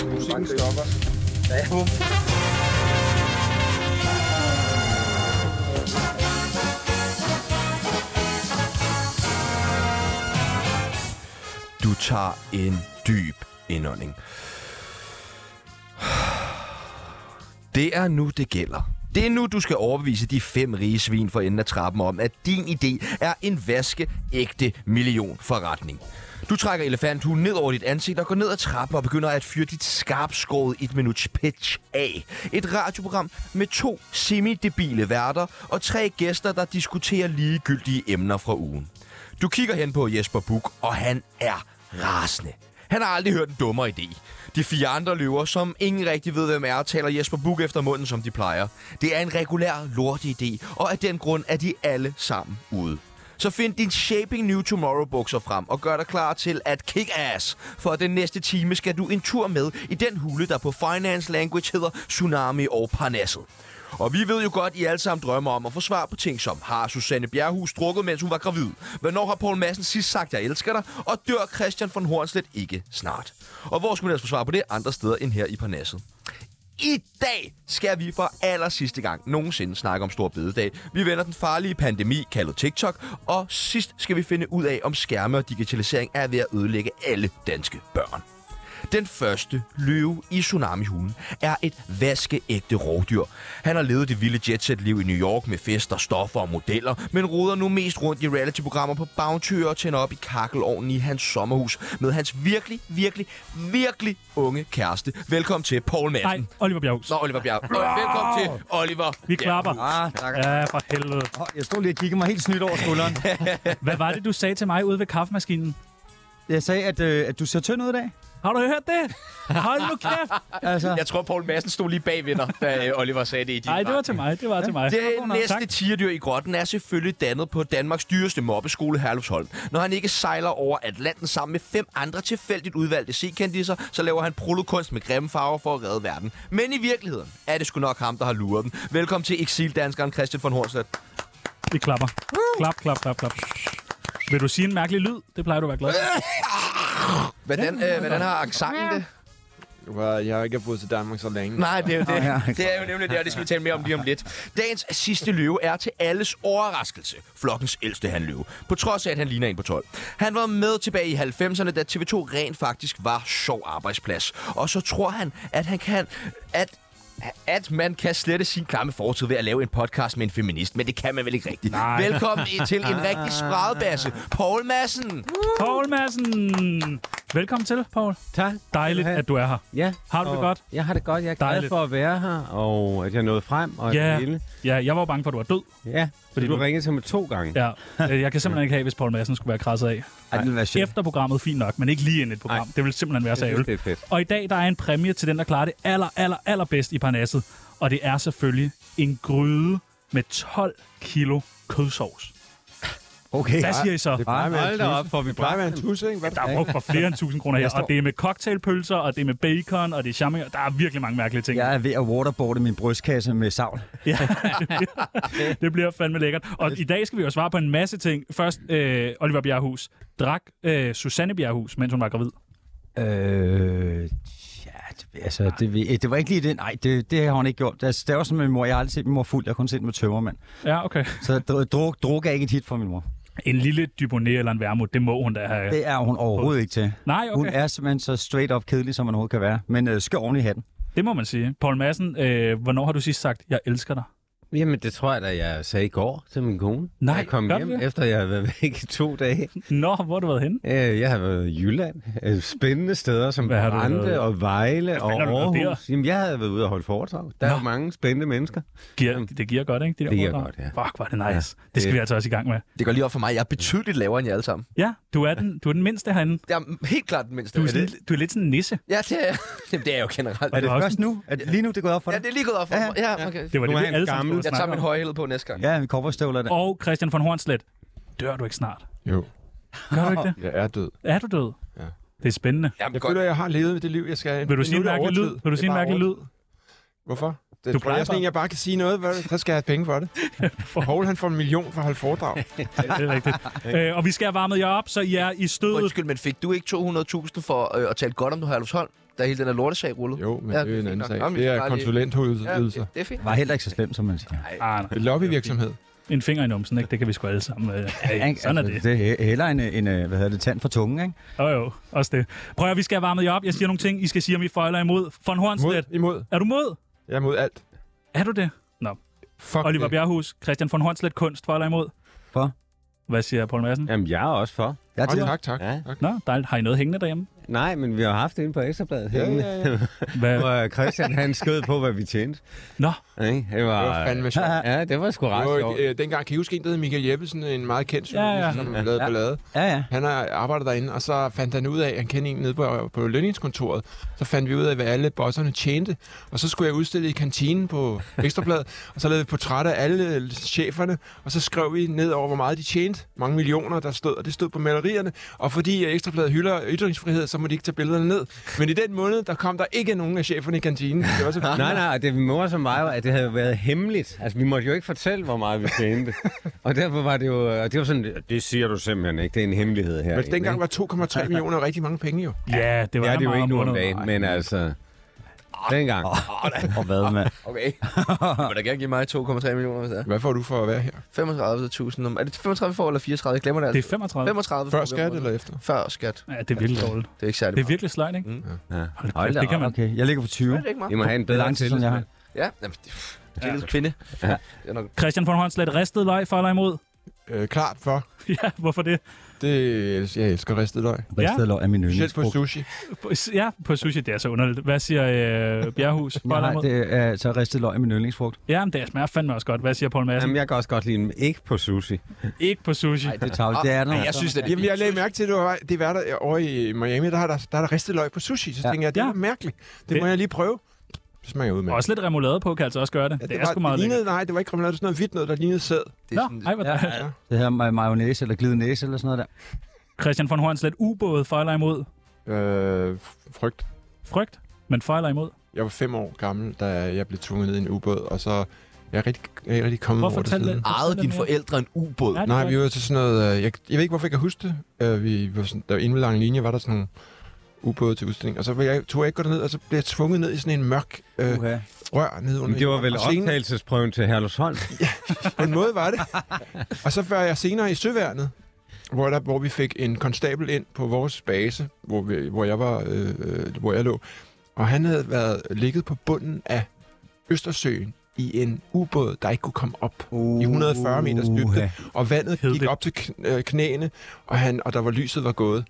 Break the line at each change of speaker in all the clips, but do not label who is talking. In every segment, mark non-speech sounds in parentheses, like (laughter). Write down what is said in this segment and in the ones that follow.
musikken stopper. Ja, hvorfor?
Du tager en dyb indånding. Det er nu, det gælder. Det er nu, du skal overbevise de fem rige svin for enden af trappen om, at din idé er en vaskeægte millionforretning. Du trækker elefanthunden ned over dit ansigt og går ned ad trappen og begynder at fyre dit skarpskåret et minuts pitch af. Et radioprogram med to semidebile værter og tre gæster, der diskuterer ligegyldige emner fra ugen. Du kigger hen på Jesper Buk, og han er rasende. Han har aldrig hørt en dummere idé. De fire andre løver, som ingen rigtig ved, hvem er, taler Jesper Buk efter munden, som de plejer. Det er en regulær lortig idé, og af den grund er de alle sammen ude. Så find din Shaping New Tomorrow bukser frem og gør dig klar til at kick ass. For den næste time skal du en tur med i den hule, der på finance language hedder Tsunami og Parnasset. Og vi ved jo godt, I alle sammen drømmer om at få svar på ting som Har Susanne Bjerghus drukket, mens hun var gravid? Hvornår har Poul Madsen sidst sagt, jeg elsker dig? Og dør Christian von Hornslet ikke snart? Og hvor skulle man ellers få svar på det andre steder end her i Parnasset? I dag skal vi for aller sidste gang nogensinde snakke om Stor Bededag. Vi vender den farlige pandemi, kaldet TikTok, og sidst skal vi finde ud af, om skærme og digitalisering er ved at ødelægge alle danske børn. Den første løve i tsunamihulen er et vaskeægte rovdyr. Han har levet det vilde jetset-liv i New York med fester, stoffer og modeller, men roder nu mest rundt i reality-programmer på bountyr og tænder op i kakkelovnen i hans sommerhus med hans virkelig, virkelig, virkelig unge kæreste. Velkommen til Paul Madsen.
Nej, Oliver Bjerghus.
Nå, Oliver Bjerg. Velkommen til Oliver.
Vi klapper.
Ah, tak.
Ja, for helvede.
Åh, Jeg stod lige og kiggede mig helt snydt over skulderen.
Hvad var det, du sagde til mig ude ved kaffemaskinen?
(laughs) Jeg sagde, at, øh, at du ser tynd ud i dag.
Har du hørt det? Hold nu kæft!
Altså,
Jeg tror, Paul Madsen stod lige bagved dig, da øh, Oliver sagde det i din
Nej, det var
vagt.
til mig. Det var til mig.
Det næste
Tak.
tierdyr i grotten er selvfølgelig dannet på Danmarks dyreste mobbeskole, Herlufsholm. Når han ikke sejler over Atlanten sammen med fem andre tilfældigt udvalgte sekendiser, så laver han prolokunst med grimme farver for at redde verden. Men i virkeligheden er det sgu nok ham, der har luret den. Velkommen til eksildanskeren Christian von Hornslet.
Vi klapper. Klap, klap, klap, klap. Vil du sige en mærkelig lyd? Det plejer du at være glad for.
Hvordan, øh, hvordan har accenten det?
Well, jeg har ikke boet til Danmark så længe.
Nej, det er jo
ja,
det. Det er jo nemlig det, og det skal vi tale mere om lige om lidt. Dagens sidste løve er til alles overraskelse flokkens ældste hanløve, på trods af, at han ligner en på 12. Han var med tilbage i 90'erne, da TV2 rent faktisk var sjov arbejdsplads. Og så tror han, at han kan... At at man kan slette sin klamme fortid ved at lave en podcast med en feminist, men det kan man vel ikke rigtigt.
Nej. Ah.
Velkommen i- til en rigtig spredbasse, Poul Madsen.
Poul Madsen! Velkommen til, Poul.
Tak.
Dejligt, at du er her.
Ja.
Har du det
og
godt?
Jeg har det godt. Jeg er glad
Dejligt.
for at være her, og at jeg nåede frem. Og
Ja.
det hele.
Ja, jeg var jo bange for, at du var død.
ja.
Fordi
Fordi du
du-
ringede til mig to gange.
Ja, øh, jeg kan simpelthen ikke have, hvis Poul Madsen skulle være krasset af.
ej, det ville være sjovt.
Efter programmet, fint nok, men ikke lige ind i et program. Det ville simpelthen være så
Jeg synes,
ærgerligt.
det er fedt.
Og i dag der er en præmie til den, der klarer det aller, aller, aller bedst i Parnasset. Og det er selvfølgelig en gryde med 12 kilo kødsovs.
Okay.
Hvad siger I så?
Det plejer med
Hold
en
da op,
tusse. Det plejer med en tusse, ikke? Hvad
Der er brugt for flere end 1000 kroner her. Og det er med cocktailpølser, og det er med bacon, og det er champignon. Der er virkelig mange mærkelige ting.
Jeg er ved at waterboarde min brystkasse med savl.
Ja, det bliver- (laughs) det bliver fandme lækkert. Og i dag skal vi jo svare på en masse ting. Først, øh, Oliver Bjerghus. Drak øh, Susanne Bjerghus, mens hun var gravid?
Øh, ja, det, altså, det, ved- det var ikke lige det. Nej, det, det har hun ikke gjort. Altså, det er også som med min mor. Jeg har aldrig set min mor fuld. Jeg har kun set med tømmermand.
Ja, okay.
Så dru- druk, druk er ikke et hit for min mor.
En lille Dubonnet eller en vermut, det må hun da have.
Det er hun overhovedet ikke til.
Nej, okay.
Hun er simpelthen så straight up kedelig, som man overhovedet kan være. Men øh, skør ordentligt i hatten.
Det må man sige. Poul Madsen, øh, hvornår har du sidst sagt, jeg elsker dig?
Jamen, det tror jeg da, jeg sagde i går til min kone.
Nej,
jeg kom
gør
hjem,
du det?
efter jeg havde været væk i to dage.
Nå, hvor har du været henne?
Øh, Jeg har været i Jylland. Øh, Spændende steder som
Hvad har du været?
Brande og Vejle og
fanden har du været
Aarhus. Jamen, jeg havde været ude og holde foredrag. Der er
Nå.
jo mange spændende mennesker.
Giver, det giver godt, ikke? De der
Det giver
foredrag?
godt, ja.
Fuck, var det nice. Ja, det skal vi altså også i gang med.
Det går lige op for mig. Jeg er betydeligt lavere end jer alle sammen.
Ja, du er den, du er den mindste herinde.
Jeg er helt klart den mindste.
Du er, sådan, du er lidt sådan en nisse.
Ja, det er (laughs) jeg. Jamen, det er jeg jo generelt.
Er det
var også
først nu? Er det lige nu, det går op for
Ja,
dig?
det er lige gået op for mig. Ja, okay.
Det var
Nu
det,
er
vi
han
alle sammen
gammel.
stod og
Jeg tager
snakkede
min
om.
højhælet på næste gang.
Ja, vi kopperstøvler der.
Og Christian von Hornslet, dør du ikke snart?
Jo,
Gør du ikke det?
jeg er død.
Er du død?
Ja.
Det er spændende.
Jamen,
Jeg
godt.
føler, jeg har levet det liv, jeg skal.
Vil du sige en
Nu er det
mærkelig lyd?
overtid.
Vil du
Det er
sige en
bare
mærkelig lyd?
overtid. Hvorfor? Det
Du
du tror jeg,
plejer
er sådan en,
bare-
jeg bare kan sige noget, hvad, så skal jeg have penge for
(laughs)
det. Paul, han får en million for at holde foredrag.
Ja, det er rigtigt. (laughs) øh, og vi skal have varmet jer op, så I er i stødet.
Undskyld, men fik du ikke 200.000 for øh, at tale godt om du Herlufsholm? der er hele den her lortesag rullet?
Jo, men
Ja,
ja, det er en
fint
anden
nok.
sag.
Nå, men
Det
vi skal
er
bare lige- Ja, det,
konsulentydelser.
det er fint.
Var heller ikke så slemt, som man siger.
Ah, nej.
Lobbyvirksomhed.
en finger i numsen, ikke? Det kan vi sgu alle sammen. Øh,
Ikke? Altså,
sådan er det.
Det er heller en, en øh, hvad hedder det, tand for tungen, ikke?
Jo, jo, også det. Prøv at høre, vi skal have varmet jer op. Jeg siger nogle ting, I skal sige, om I føjler imod. Von
Mod,
Hornstedt,
imod.
er du mod?
Jeg er mod alt.
Er du det? Nå.
Fuck
Oliver
det.
Bjerghus, Christian von Hornslet, kunst, for eller imod?
For.
Hvad siger Poul Madsen? Ja.
Jamen, jeg er også for.
Jeg er
Åh,
til.
tak, tak.
Ja.
tak.
Nå, dejligt. Har I noget hængende derhjemme?
Nej, men vi har haft det inde på Ekstrabladet
Ja,
hængende.
ja, ja.
(laughs)
Hvad?
øh,
Hvor Christian, han skød på, hvad vi tjente.
Nå,
Ikke? Det
Det
var...
var fandme sjovt.
Ja, det var sgu
Det
ret
var,
sjovt.
øh, dengang, kan I huske en, der hed Michael Jeppesen, en meget kendt
Ja, ja.
journalist, ja, ja. som lavede
Ja.
ballade.
Ja, ja.
Han har arbejdet derinde, og så fandt han ud af, at han kendte en nede på, på lønningskontoret. Så fandt vi ud af, hvad alle bosserne tjente. Og så skulle jeg udstille i kantinen på Ekstrabladet, og så lavede vi portrætter af alle cheferne, og så skrev vi ned over, hvor meget de tjente. Mange millioner, der stod, og det stod på malerierne. Og fordi Ekstrabladet hylder ytringsfrihed, så må de ikke tage billederne ned. Men i den måned, der kom der ikke nogen af cheferne i kantinen. Det var så
Nej, nej, og det mor som mig var, at det havde jo været hemmeligt. Altså, vi måtte jo ikke fortælle, hvor meget vi (laughs) tjente. og derfor var det jo... Og det var sådan, det siger du simpelthen ikke, det er en hemmelighed her.
Men dengang var (laughs) 2,3 millioner rigtig mange penge jo.
ja, det var
Ja, det er jo
meget
ikke nu om
måneden.
dagen, men altså... Dengang. (laughs)
Og hvad, mand?
Okay. Du må da gerne give mig 2,3 millioner, hvis det er.
Hvad får du for at være her?
35.000. om- Er det 35 for eller 34? Jeg glemmer det
Det
altså.
er 35.
35
Før
for
skat
hvem?
eller efter?
Før skat.
Ja, det er virkelig dårligt.
Det er ikke særlig
Det er virkelig sløjt, ikke?
Ja.
Hold
Hold
kæft,
da
det kan man.
Okay, jeg ligger på 20.
meget. Er det ikke
I
meget?
må have en
Det er
bedre
lang tid, som jeg har.
tillidsmand.
Ja, jamen, det, det er lidt kvinde. Ja. Det er nok
Christian von Hornslet, ristet løg, for eller imod? (laughs)
Øh, klart for.
Ja, hvorfor det?
Det, jeg elsker ristet løg.
Ristet løg er min
Specielt på
yndlingsbrug.
sushi.
På- Ja, på sushi, det er så underligt. Hvad siger øh, Bjerghus? For eller
Nej,
imod?
det er øh, så ristet løg er min yndlingsfrugt.
Ja, men det smager fandme også godt. Hvad siger Poul Madsen?
Jamen, jeg kan også godt lide dem. Ikke på sushi.
Ikke på sushi.
Det er tavligt. Det er der. altså.
Ej, jeg synes, det er
Jamen, jeg lagde mærke til, at det var, det var der over i Miami, der har der, der, er der ristet løg på sushi. Så ja.
Ja.
tænkte jeg, det er
Ja.
ja. mærkeligt. Det,
Det-
det, må jeg lige prøve. Det smager ud med.
Også lidt remoulade på, kan altså også gøre det. det, er
var,
sgu meget
det
lækkert.
lignede, Nej, det var ikke remoulade, det var sådan noget hvidt noget, der lignede sæd.
det er
Nå,
sådan,
ej, hvor
Ja,
dejligt.
ja. Det her med mayonnaise eller glide næse eller sådan noget der.
Christian von Hornslet, ubåde, for eller imod?
Øh, frygt.
Frygt, men for eller imod?
Jeg var fem år gammel, da jeg blev tvunget ned i en ubåd, og så jeg er jeg rigtig, jeg er rigtig kommet
Hvorfor
over det
fortæl
siden.
det?
ejede dine forældre en ubåd?
Ja, det
Nej,
gør
vi var til sådan noget... øh, Jeg, jeg ved ikke, hvorfor jeg kan huske det. Øh, vi var sådan, der inden ved lang linje var der sådan nogle ubåde til udstilling. Og så var jeg, tog jeg ikke gå ned, og så blev jeg tvunget ned i sådan en mørk øh,
Uha.
rør ned under
Men det var
jorden.
vel
Og senere-
optagelsesprøven til Herlufsholm.
På en måde var
(laughs)
det. Og så var jeg senere i Søværnet, hvor, der, hvor vi fik en konstabel ind på vores base, hvor, vi, hvor, jeg, var, øh, øh, hvor jeg lå. Og han havde været ligget på bunden af Østersøen i en ubåd, der ikke kunne komme op.
Uh,
I 140 meters dybde.
uha.
Og vandet
Hed
gik
det.
op til kn- øh, knæene, og, han, og der var lyset var gået.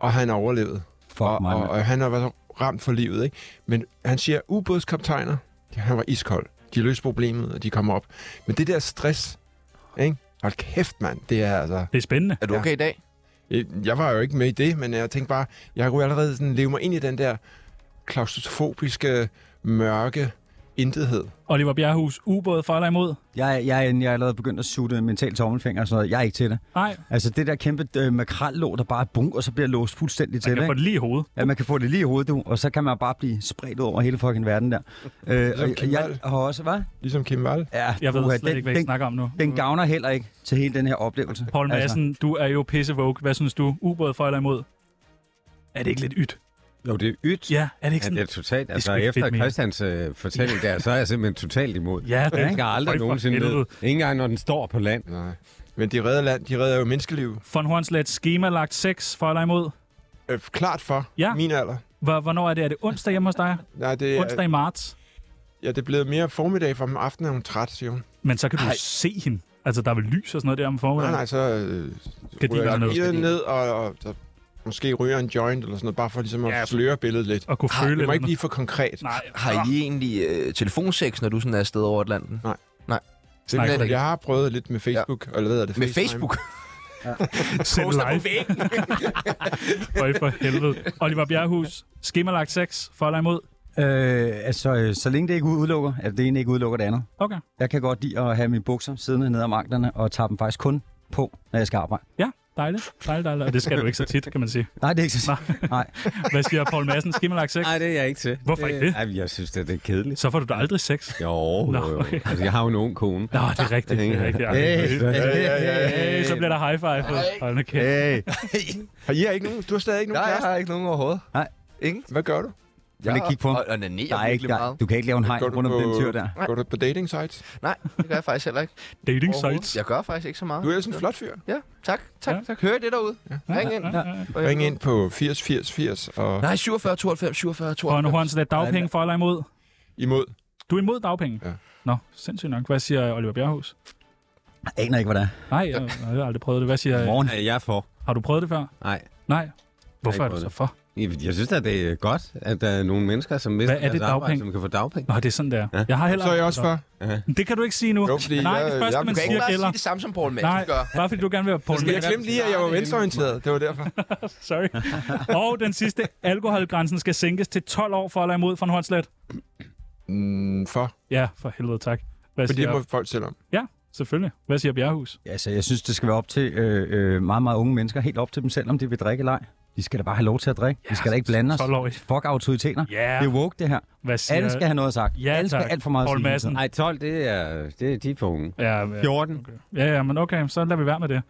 Og han overlevede.
Fuck
og,
mig,
og,
mand.
og han har været ramt for livet. Ikke? Men han siger, ubådskaptajner, ja, han var iskold. De løste problemet, og de kom op. Men det der stress, ikke? hold kæft mand, det er altså...
Det er spændende.
Er du okay i dag?
Jeg var jo ikke med i det, men jeg tænkte bare, jeg kunne allerede sådan leve mig ind i den der klaustrofobiske, mørke intethed.
Oliver Bjerghus, ubåde, for eller imod?
Jeg, jeg, jeg er allerede begyndt at sutte mental tommelfinger og sådan noget. Jeg er ikke til det.
Nej,
Altså det der kæmpe øh, makrellåg, der bare er bunk, og så bliver låst fuldstændig til
jeg
det.
får
Ikke?
det lige i hovedet.
Ja, man kan få det lige i hovedet, du, og så kan man bare blive spredt ud over hele fucking verden der. Øh, og, og jeg har også, hvad?
Ligesom Kim Wall.
Ja,
Jeg ved
uha,
slet
den,
ikke, hvad I
den,
snakker om nu.
den gavner heller ikke til hele den her oplevelse.
Poul Madsen, altså. du er jo pissevogue. Hvad synes du? Ubåde, for eller imod? Er det ikke lidt ydt?
Jo, det er ydt.
Ja, er det ikke
Ja,
sådan?
det er totalt.
sgu
Altså,
ikke
efter
fedt mere.
Christians øh, fortælling der, så er jeg simpelthen totalt imod.
Ja, det
Den skal aldrig
Føj for
nogensinde ned.
helvede.
Ikke engang, når den står på land.
Nej. Men de redder land, de redder jo menneskeliv.
Von Hornslet, schemalagt sex, for eller imod?
Øh, klart for
Ja.
min alder.
Hvor- Hvornår er det? Er det onsdag hjemme hos dig?
Nej, det, er-
Onsdag i marts?
Ja, det er blevet mere formiddag, for om aftenen er hun træt, siger hun.
Men så kan du se hende. Altså, der er vel lys og sådan noget der om
Nej,
formiddagen?
nej, så øh,
Gardinerne
ryger
ned.
jeg ned, og, og så måske ryger en joint eller sådan noget, bare for ligesom at
Ja.
sløre billedet lidt.
Og kunne føle
Det må
eller
ikke
noget.
blive for konkret.
Nej,
Har I egentlig øh, telefonsex, når du sådan er afsted over Atlanten?
Nej.
Nej.
Snakker
Simpelthen
du
ikke.
Jeg har prøvet lidt med Facebook, ja. eller hvad er det?
Med Facebook?
send live. (laughs) Føj for helvede. Oliver Bjerghus, schemalagt sex, for eller imod?
Øh, altså, øh, så længe det ikke udelukker, at det ene ikke udelukker det andet.
Okay.
Jeg kan godt lide at have mine bukser siddende ned om anklerne, og tage dem faktisk kun på, når jeg skal arbejde.
Ja, dejligt. Dejligt, dejligt. Og det skal du ikke så tit, kan man sige.
Nej, det er ikke så Nej.
Hvad siger Poul Madsen? Skimmelagt sex?
Nej, det er jeg ikke til.
Hvorfor ikke det?
Ej, jeg synes, det er lidt kedeligt.
Så får du da aldrig sex.
Jo, jo, jo.
okay.
Altså, jeg har jo en ung kone. Øh,
Nå, det er rigtigt. Det er rigtigt. Ej, det er rigtigt. (laughs) Hey, så bliver der high five. Hold nu kæft.
Hey.
Har I har ikke nogen? Du har stadig ikke nogen
(laughs) Nej, jeg
kæreste?
har ikke nogen overhovedet.
Nej.
Ingen.
Hvad gør du?
Vil ikke kigge på ham?
Og, og nanerer
Der er ikke,
virkelig
der,
meget.
du kan ikke lave en hegn
Går du
rundt om
på-
den tyr der.
Går du på dating sites?
Nej, det gør jeg faktisk heller ikke.
Dating
overhovedet.
sites.
Jeg gør faktisk ikke så meget.
Du er ellers en flot fyr.
Ja, tak, tak,
Ja.
tak. Hør I det derude?
Ja,
Ring ind.
ja, ja, ja.
Ring ind på 80 80 80 og
Nej, 47, 92, 47,
Og nu
92.
har han så der dagpenge for eller imod.
imod.
Du er imod dagpenge?
Ja.
Nå, sindssygt nok. Hvad siger Oliver Bjerghus?
Jeg aner ikke, hvad det er.
Nej, jeg, jeg har aldrig prøvet det. Hvad siger...
Morgen.
Jeg er for.
Har du prøvet det før?
Nej.
Nej. Hvorfor
Jeg
er
har
du
ikke
så
prøvet
for?
Jeg synes at det er godt, at der er nogle mennesker, som mister
Hvad er det,
deres arbejde,
dagpenge?
som kan få dagpenge.
Nå, det er sådan der. Ja.
Ja.
Jeg har heller
Så er jeg
aldrig-
også for.
Det kan du ikke sige nu.
Jo, fordi
Nej,
jeg-
det første,
jeg-
man
Du kan ikke
siger
bare
gælder.
sige det samme som Paul
Nej,
Madsen gør.
bare fordi du gerne vil være Paul
Jeg glemte lige, at jeg var venstreorienteret. Det var derfor.
Sorry. Og den sidste. Alkoholgrænsen skal sænkes til 12 år for eller imod for en håndslet.
Mm, for.
Ja, for helvede tak. Hvad
Men
siger...
det må folk selv om.
Ja, selvfølgelig. Hvad siger Bjerghus?
Altså, jeg synes, det skal være op til øh, øh, meget, meget unge mennesker. Helt op til dem selv, om de vil drikke eller ej. De skal da bare have lov til at drikke. Vi skal da ikke blande os.
12 år.
Fuck autoriteter.
Ja.
Det er woke, det her.
Hvad siger...
Alle skal have noget sagt.
Ja,
Alle skal
tak.
alt for meget
Poul
at
Madsen.
sige.
Nej, 12, det er, det er de på unge.
Ja, ja.
14.
Ja, ja, men okay, så lader vi være med det.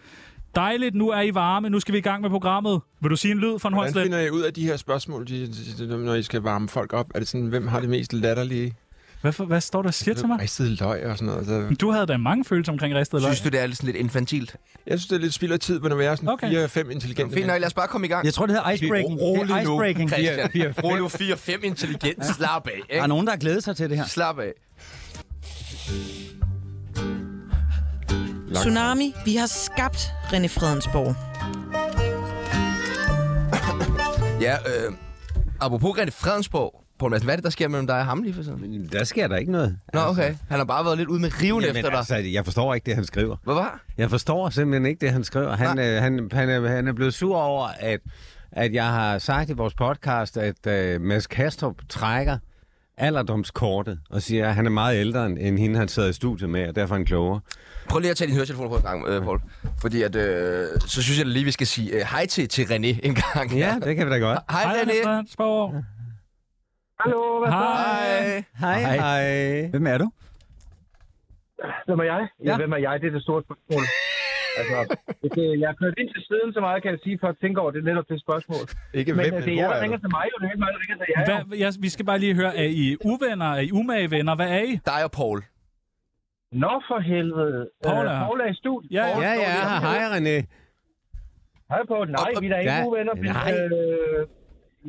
Dejligt, nu er I varme. Nu skal vi i gang med programmet. Vil du sige en lyd for
Hvordan
en håndslet?
finder I ud af de her spørgsmål, de, de, de, når I skal varme folk op? Er det sådan, hvem har det mest latterlige?
Hvad, for, hvad står der og siger til mig?
Ristede løg og sådan noget. Så
Du havde da mange følelser omkring ristet løg.
Synes du, det er lidt sådan lidt infantilt?
jeg synes, det er lidt spild af tid, men når vi er sådan
Okay.
okay. 4-5 intelligente.
Fint nok, lad os bare komme i gang.
Jeg tror, det hedder icebreaking.
Ro-
Det er
Rolig nu,
icebreaking.
Christian. Rolig nu 4-5 intelligens. Slap af,
Der er
ikke?
nogen, der har glædet sig til det her.
Slap af.
Tsunami, vi har skabt René Fredensborg.
Ja, øh, apropos René Fredensborg. Poul Madsen, hvad er det, der sker mellem dig og ham lige for tiden?
Der sker der ikke noget.
Nå, okay. Han har bare været lidt ude med riven
altså- Jamen,
efter dig.
altså, jeg forstår ikke det, han skriver.
Hvad var?
Jeg forstår simpelthen ikke det, han skriver. Han, øh, han, han, er, han er blevet sur over, at, at jeg har sagt i vores podcast, at øh, Mads Kastrup trækker alderdomskortet og siger, at han er meget ældre end- end hende, han sidder i studiet med, og derfor er han klogere.
Prøv lige at tage din høretelefon på en gang, øh, Paul. Fordi at, øh, så synes jeg da lige, vi skal sige øh, hej til, til René en gang.
Ja, det kan vi da godt.
Hej,
Hej,
René.
René Fredensborg.
Hallo, hvad så?
Hej.
Hej.
Hej.
Hej.
Hej.
Hvem er du?
Hvem er jeg? Ja.
Ja.
Hvem er jeg? Det er det store spørgsmål. altså, det, det- jeg er kørt ind til siden så meget, kan jeg sige, for at tænke over det netop det spørgsmål.
Ikke
Men
hvem,
øh,
men
det er
hvor
jeg, der
er
ringer
det?
til mig, og det er ikke mig, der ringer til jer. jo.
Hvad, jeg, vi skal bare lige høre, er I uvenner? Er I umage venner? Hvad er I?
Dig og Paul.
Nå for helvede.
Paul er
øh,
her.
Paul er i studiet.
Ja,
Ja, ja, hej René.
Hej Paul. Nej,
Og- og-
vi er da ikke
Ja,
uvenner. men,
nej.
Øh,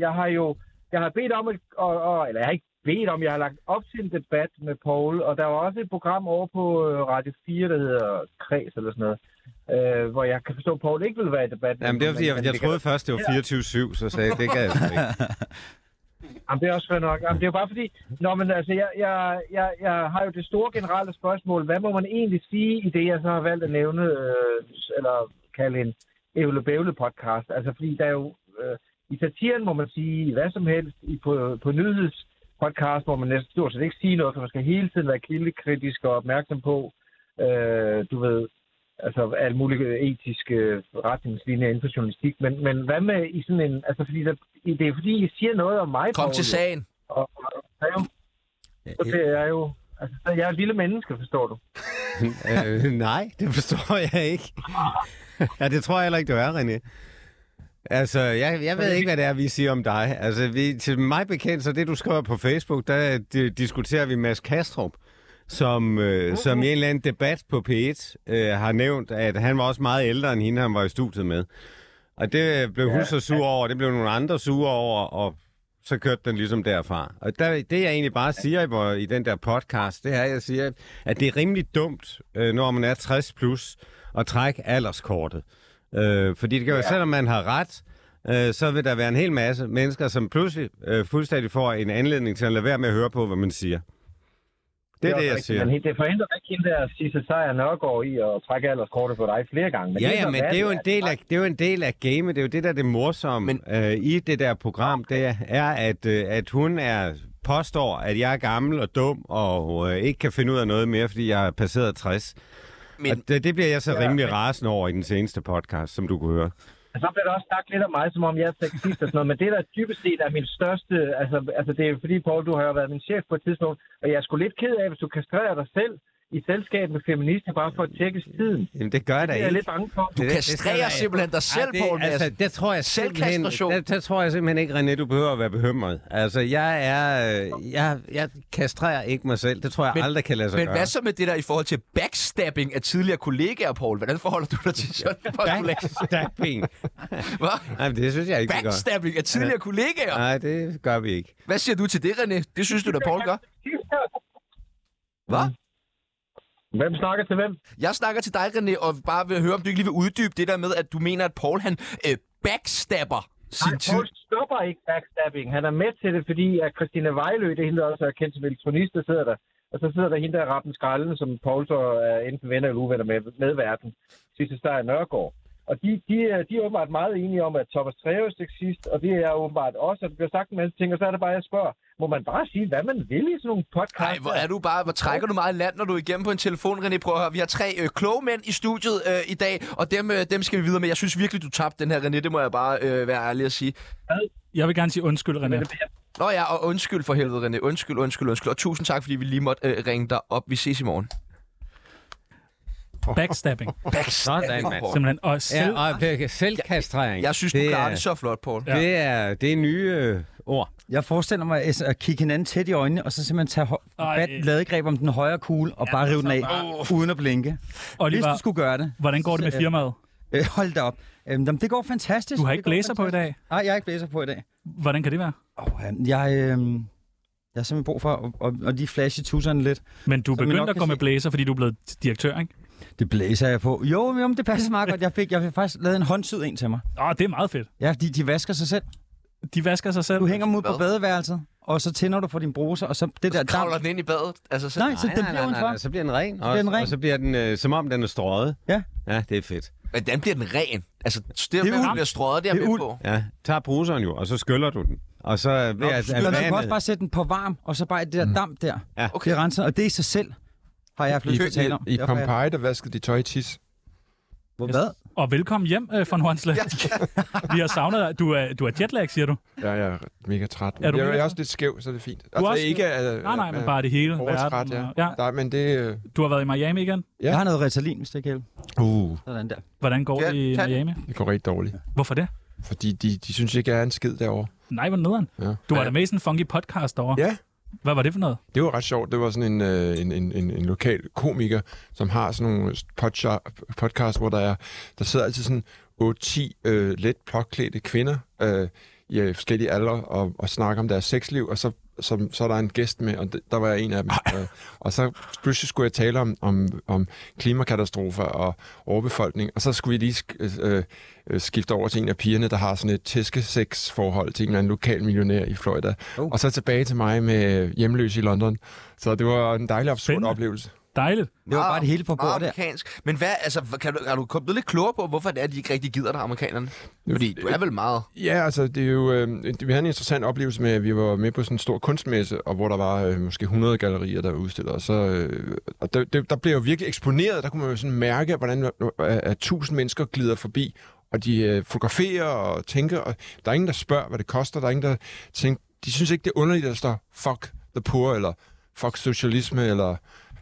jeg har jo jeg har bedt om, et, og, og, eller jeg har ikke bedt om, jeg har lagt op til en debat med Paul, og der var også et program over på øh, Radio 4, der hedder Kreds eller sådan noget, øh, hvor jeg kan forstå, at Paul ikke vil være i debat. med
Jamen, det var
mig,
fordi,
men
jeg, jeg
det kan-
troede først, det var 24-7, så sagde jeg, det kan jeg sgu ikke.
Jamen, det er også fair nok. Jamen, det er jo bare fordi, nå, men altså, jeg, jeg, jeg, jeg har jo det store generelle spørgsmål. Hvad må man egentlig sige i det, jeg så har valgt at nævne, øh, eller kalde en ævlebævle podcast? Altså, fordi der er jo, øh, i satiren må man sige hvad som helst. I, på, på nyhedspodcast må man næsten stort set ikke sige noget, for man skal hele tiden være kildekritisk og opmærksom på, øh, du ved, altså alle mulige etiske retningslinjer inden for journalistik. Men, men hvad med i sådan en... Altså, fordi der, det er fordi, I siger noget om mig,
Kom
Poul, jo.
til sagen.
Og, og der er jo, så det er jo, altså, så jeg er et lille menneske, forstår du.
øh, (laughs) nej, det forstår jeg (laughs) ikke. ja, det tror jeg heller ikke, du er, René. Altså, jeg, jeg ved ikke, hvad det er, vi siger om dig. Altså, vi, til mig bekendt, så det, du skriver på Facebook, der di- diskuterer vi Mads Kastrup, som, øh, som i en eller anden debat på P1 øh, har nævnt, at han var også meget ældre end hende, han var i studiet med. Og det blev hun så sur over, det blev nogle andre sure over, og så kørte den ligesom derfra. Og der, det, jeg egentlig bare siger i, vor- i den der podcast, det er, jeg siger, at det er rimelig dumt, øh, når man er 60 plus, at trække alderskortet. Øh, fordi det gør, ja. selvom man har ret, øh, så vil der være en hel masse mennesker, som pludselig øh, fuldstændig får en anledning til at lade være med at høre på, hvad man siger. Det er
også
det, jeg
rigtigt,
siger.
Men he- det forhindrer ikke hende der Sisse Sejr Nørgaard i at trække alderskortet på dig flere gange.
Ja,
det er
ja,
så,
men
hvad
det er, jo en
er.
del af, det er jo en del af game. Det er jo det, der er det morsomme
Men-
men... øh, i det der program. Det er, at, øh, at hun er påstår, at jeg er gammel og dum og øh, ikke kan finde ud af noget mere, fordi jeg er passeret 60.
Men-
Men... Og det, det bliver jeg så ja, rimelig men... rasende over i den seneste podcast, som du kunne høre.
Og Så bliver der også sagt lidt om mig, som om jeg er sexist og sådan noget, men det der dybest set er min største, altså, altså det er jo fordi, Poul, du har jo været min chef på et tidspunkt, og jeg er sgu lidt ked af, hvis du kastrerer dig selv i selskab med feminister, bare for at tjekke tiden.
Jamen, det gør jeg da
Det er jeg
ikke.
lidt bange for.
Du
Det- det skal
kastrerer
der-
simpelthen dig selv,
det,
Poul Madsen.
altså, det tror jeg simpelthen,
Selvkastration.
der, der tror jeg simpelthen ikke, René, du behøver at være bekymret. Altså, jeg er, øh, jeg, jeg kastrerer ikke mig selv. Det tror jeg
Men-
men, aldrig kan lade sig
Men
gøre.
hvad så med det der i forhold til backstabbing af tidligere kollegaer, Poul? Hvordan forholder du dig til sådan en postulat?
Backstabbing.
Hva?
Nej, men det synes jeg ikke, vi gør.
Backstabbing af tidligere kollegaer?
Nej, det gør vi ikke.
Hvad siger du til det, René? Det synes du da, Poul gør. Hvad?
Mm.
Hvem snakker til hvem?
Jeg snakker til dig, René, og bare vil høre, om du ikke lige vil uddybe det der med, at du mener, at Poul han øh, backstabber sin tid.
Poul stopper ikke backstabbing. Han er med til det, fordi at Christina Vejlø, det er hende, der også er kendt som elektronist, der sidder der. Og så sidder der hende, der er rappen skralden, som Poul så er enten venner eller uvenner med, med verden. Sidste Stein Nørgaard. Og de, de, er- de er åbenbart meget enige om, at Thomas Trejo er sexist, og det er jeg åbenbart også, og det bliver sagt en masse ting, og så er det bare, jeg spørger, må man bare sige, hvad man vil i sådan nogle podcasts?
Nej, hvor er du bare, hvor trækker du meget i land, når du er igennem på en telefon, René. Prøv at høre, vi har tre øh, kloge mænd i studiet øh, i dag, og dem, øh, dem skal vi videre med. Jeg synes virkelig, du tabte den her, René, det må jeg bare øh, være ærlig at sige.
Jeg vil gerne sige undskyld, René.
Nå ja, og undskyld for helvede, René. Undskyld, undskyld, undskyld. Og tusind tak, fordi vi lige måtte øh, ringe dig op. Vi ses i morgen.
Backstabbing,
Sådan, mand.
Poul.
simpelthen. Og selv,
Ja, og det- selvkastrering.
Jeg synes, du
det
klarer
er,
det så flot, Poul.
Ja.
Det er, det er nye øh, ord.
Jeg forestiller mig altså, at kigge hinanden tæt i øjnene, og så simpelthen tage ho-
Ej.
fat ladegreb om den højre kugle, og ja, bare rive den af, bare... uden at blinke. Hvis du
Oliver,
skulle gøre det,
hvordan går det med firmaet?
øh, hold da op. Øhm, jamen, det går fantastisk.
Du har
Det
ikke
går
blæser på i
fantastisk.
dag.
Nej, jeg har ikke blæser på i dag.
Hvordan kan det være?
Oh, jeg, øh, jeg har simpelthen brug for at, at, at lige flashe tusserne lidt.
Men du er
Som I nok
begyndt at
kan
gå med
se.
blæser, fordi du er blevet direktør, ikke?
Det blæser jeg på. Jo, jo men det passer meget godt. Jeg fik, jeg fik faktisk lavet en håndsyd ind til mig.
Åh, det er meget fedt.
Ja, fordi de vasker sig selv.
De vasker sig selv.
Du hænger dem ud på
Hvad?
badeværelset, og så tænder du for din bruser, og så det der
Kravler
damp.
den ind i badet? Altså, så...
Nej, så den bliver udenfor.
Så bliver den ren. Og,
den ren.
og så bliver den, øh, som om den er strøget.
Ja.
Ja, det er fedt.
Hvordan bliver den ren? Altså, det, det
Det er
er
uld.
bliver strøget der
Det er
med
uld.
på.
Ja, tag bruseren jo, og så skyller du den. Og så øh, ved at, at
Eller altså- man kan også
vandet...
bare sætte den på varm, og så bare det der damp der.
Ja.
Mm. Okay. Det renser, og det er sig selv, har jeg blevet
I-
fortalt om.
I
Derfor er jeg-
Pompeji, der vaskede de tøj i tis.
Hvor hvad?
Og velkommen hjem, øh, von Hornslet. (laughs) Vi har savnet dig. Du er, du er jetlag, siger du?
Ja, jeg er mega træt.
Er du
jeg, jeg
mega
er
træt?
også lidt skæv, så det er fint. Du
også-
uh,
Nej, nej, men bare det hele.
Overtræt,
verden,
ja.
og- ja.
Nej, men det... øh,
Du har været i Miami igen.
Ja.
Jeg har noget Ritalin, hvis det kan hjælpe.
Uh,
Sådan der.
Hvordan går
Ja,
det i
tag den.
Miami?
det går rigtig dårligt.
Hvorfor det?
Fordi de, de synes ikke, jeg er en skid derovre.
Nej, hvor nederen.
Ja.
Du var da med i sådan en funky podcast derovre.
Ja,
Hvad var det for noget?
det var ret sjovt. Det var sådan en, øh, en, en, en, en lokal komiker, som har sådan nogle podcha- podcast, hvor der er der sidder altid sådan 8-10 øh, let påklædte kvinder øh, i øh, forskellige aldre og, og snakker om deres sexliv, og så, så, så er der en gæst med, og det, der var jeg en af dem. Øh, og så pludselig skulle jeg tale om, om, om klimakatastrofer og overbefolkning, og så skulle vi lige sk- øh, øh, skifte over til en af pigerne, der har sådan et tæskesex-forhold til en eller anden lokal millionær i Florida.
Oh.
Oh. Og så tilbage til mig med hjemløs i London. Så det var en dejlig absurd
Spændende.
oplevelse.
Dejligt.
Det var bare det hele på bordet der.
amerikansk. Men hvad, altså, hvad- kan du, er du kommet lidt klogere på, hvorfor det er, de ikke rigtig gider dig, amerikanerne? Fordi du er vel meget...
Ja, altså, det er jo, øh, vi havde en interessant oplevelse med, at vi var med på sådan en stor kunstmesse, og hvor der var øh, måske 100 gallerier, der var udstillet. Og, så, øh, og der, der, der blev jo virkelig eksponeret. Der kunne man jo sådan mærke, hvordan øh, at tusind mennesker glider forbi, og de øh, fotograferer og tænker. Og der er ingen, der spørger, hvad det koster. Der er ingen, der tænker... De synes ikke, det er underligt, at der står fuck the poor, eller fuck socialisme, eller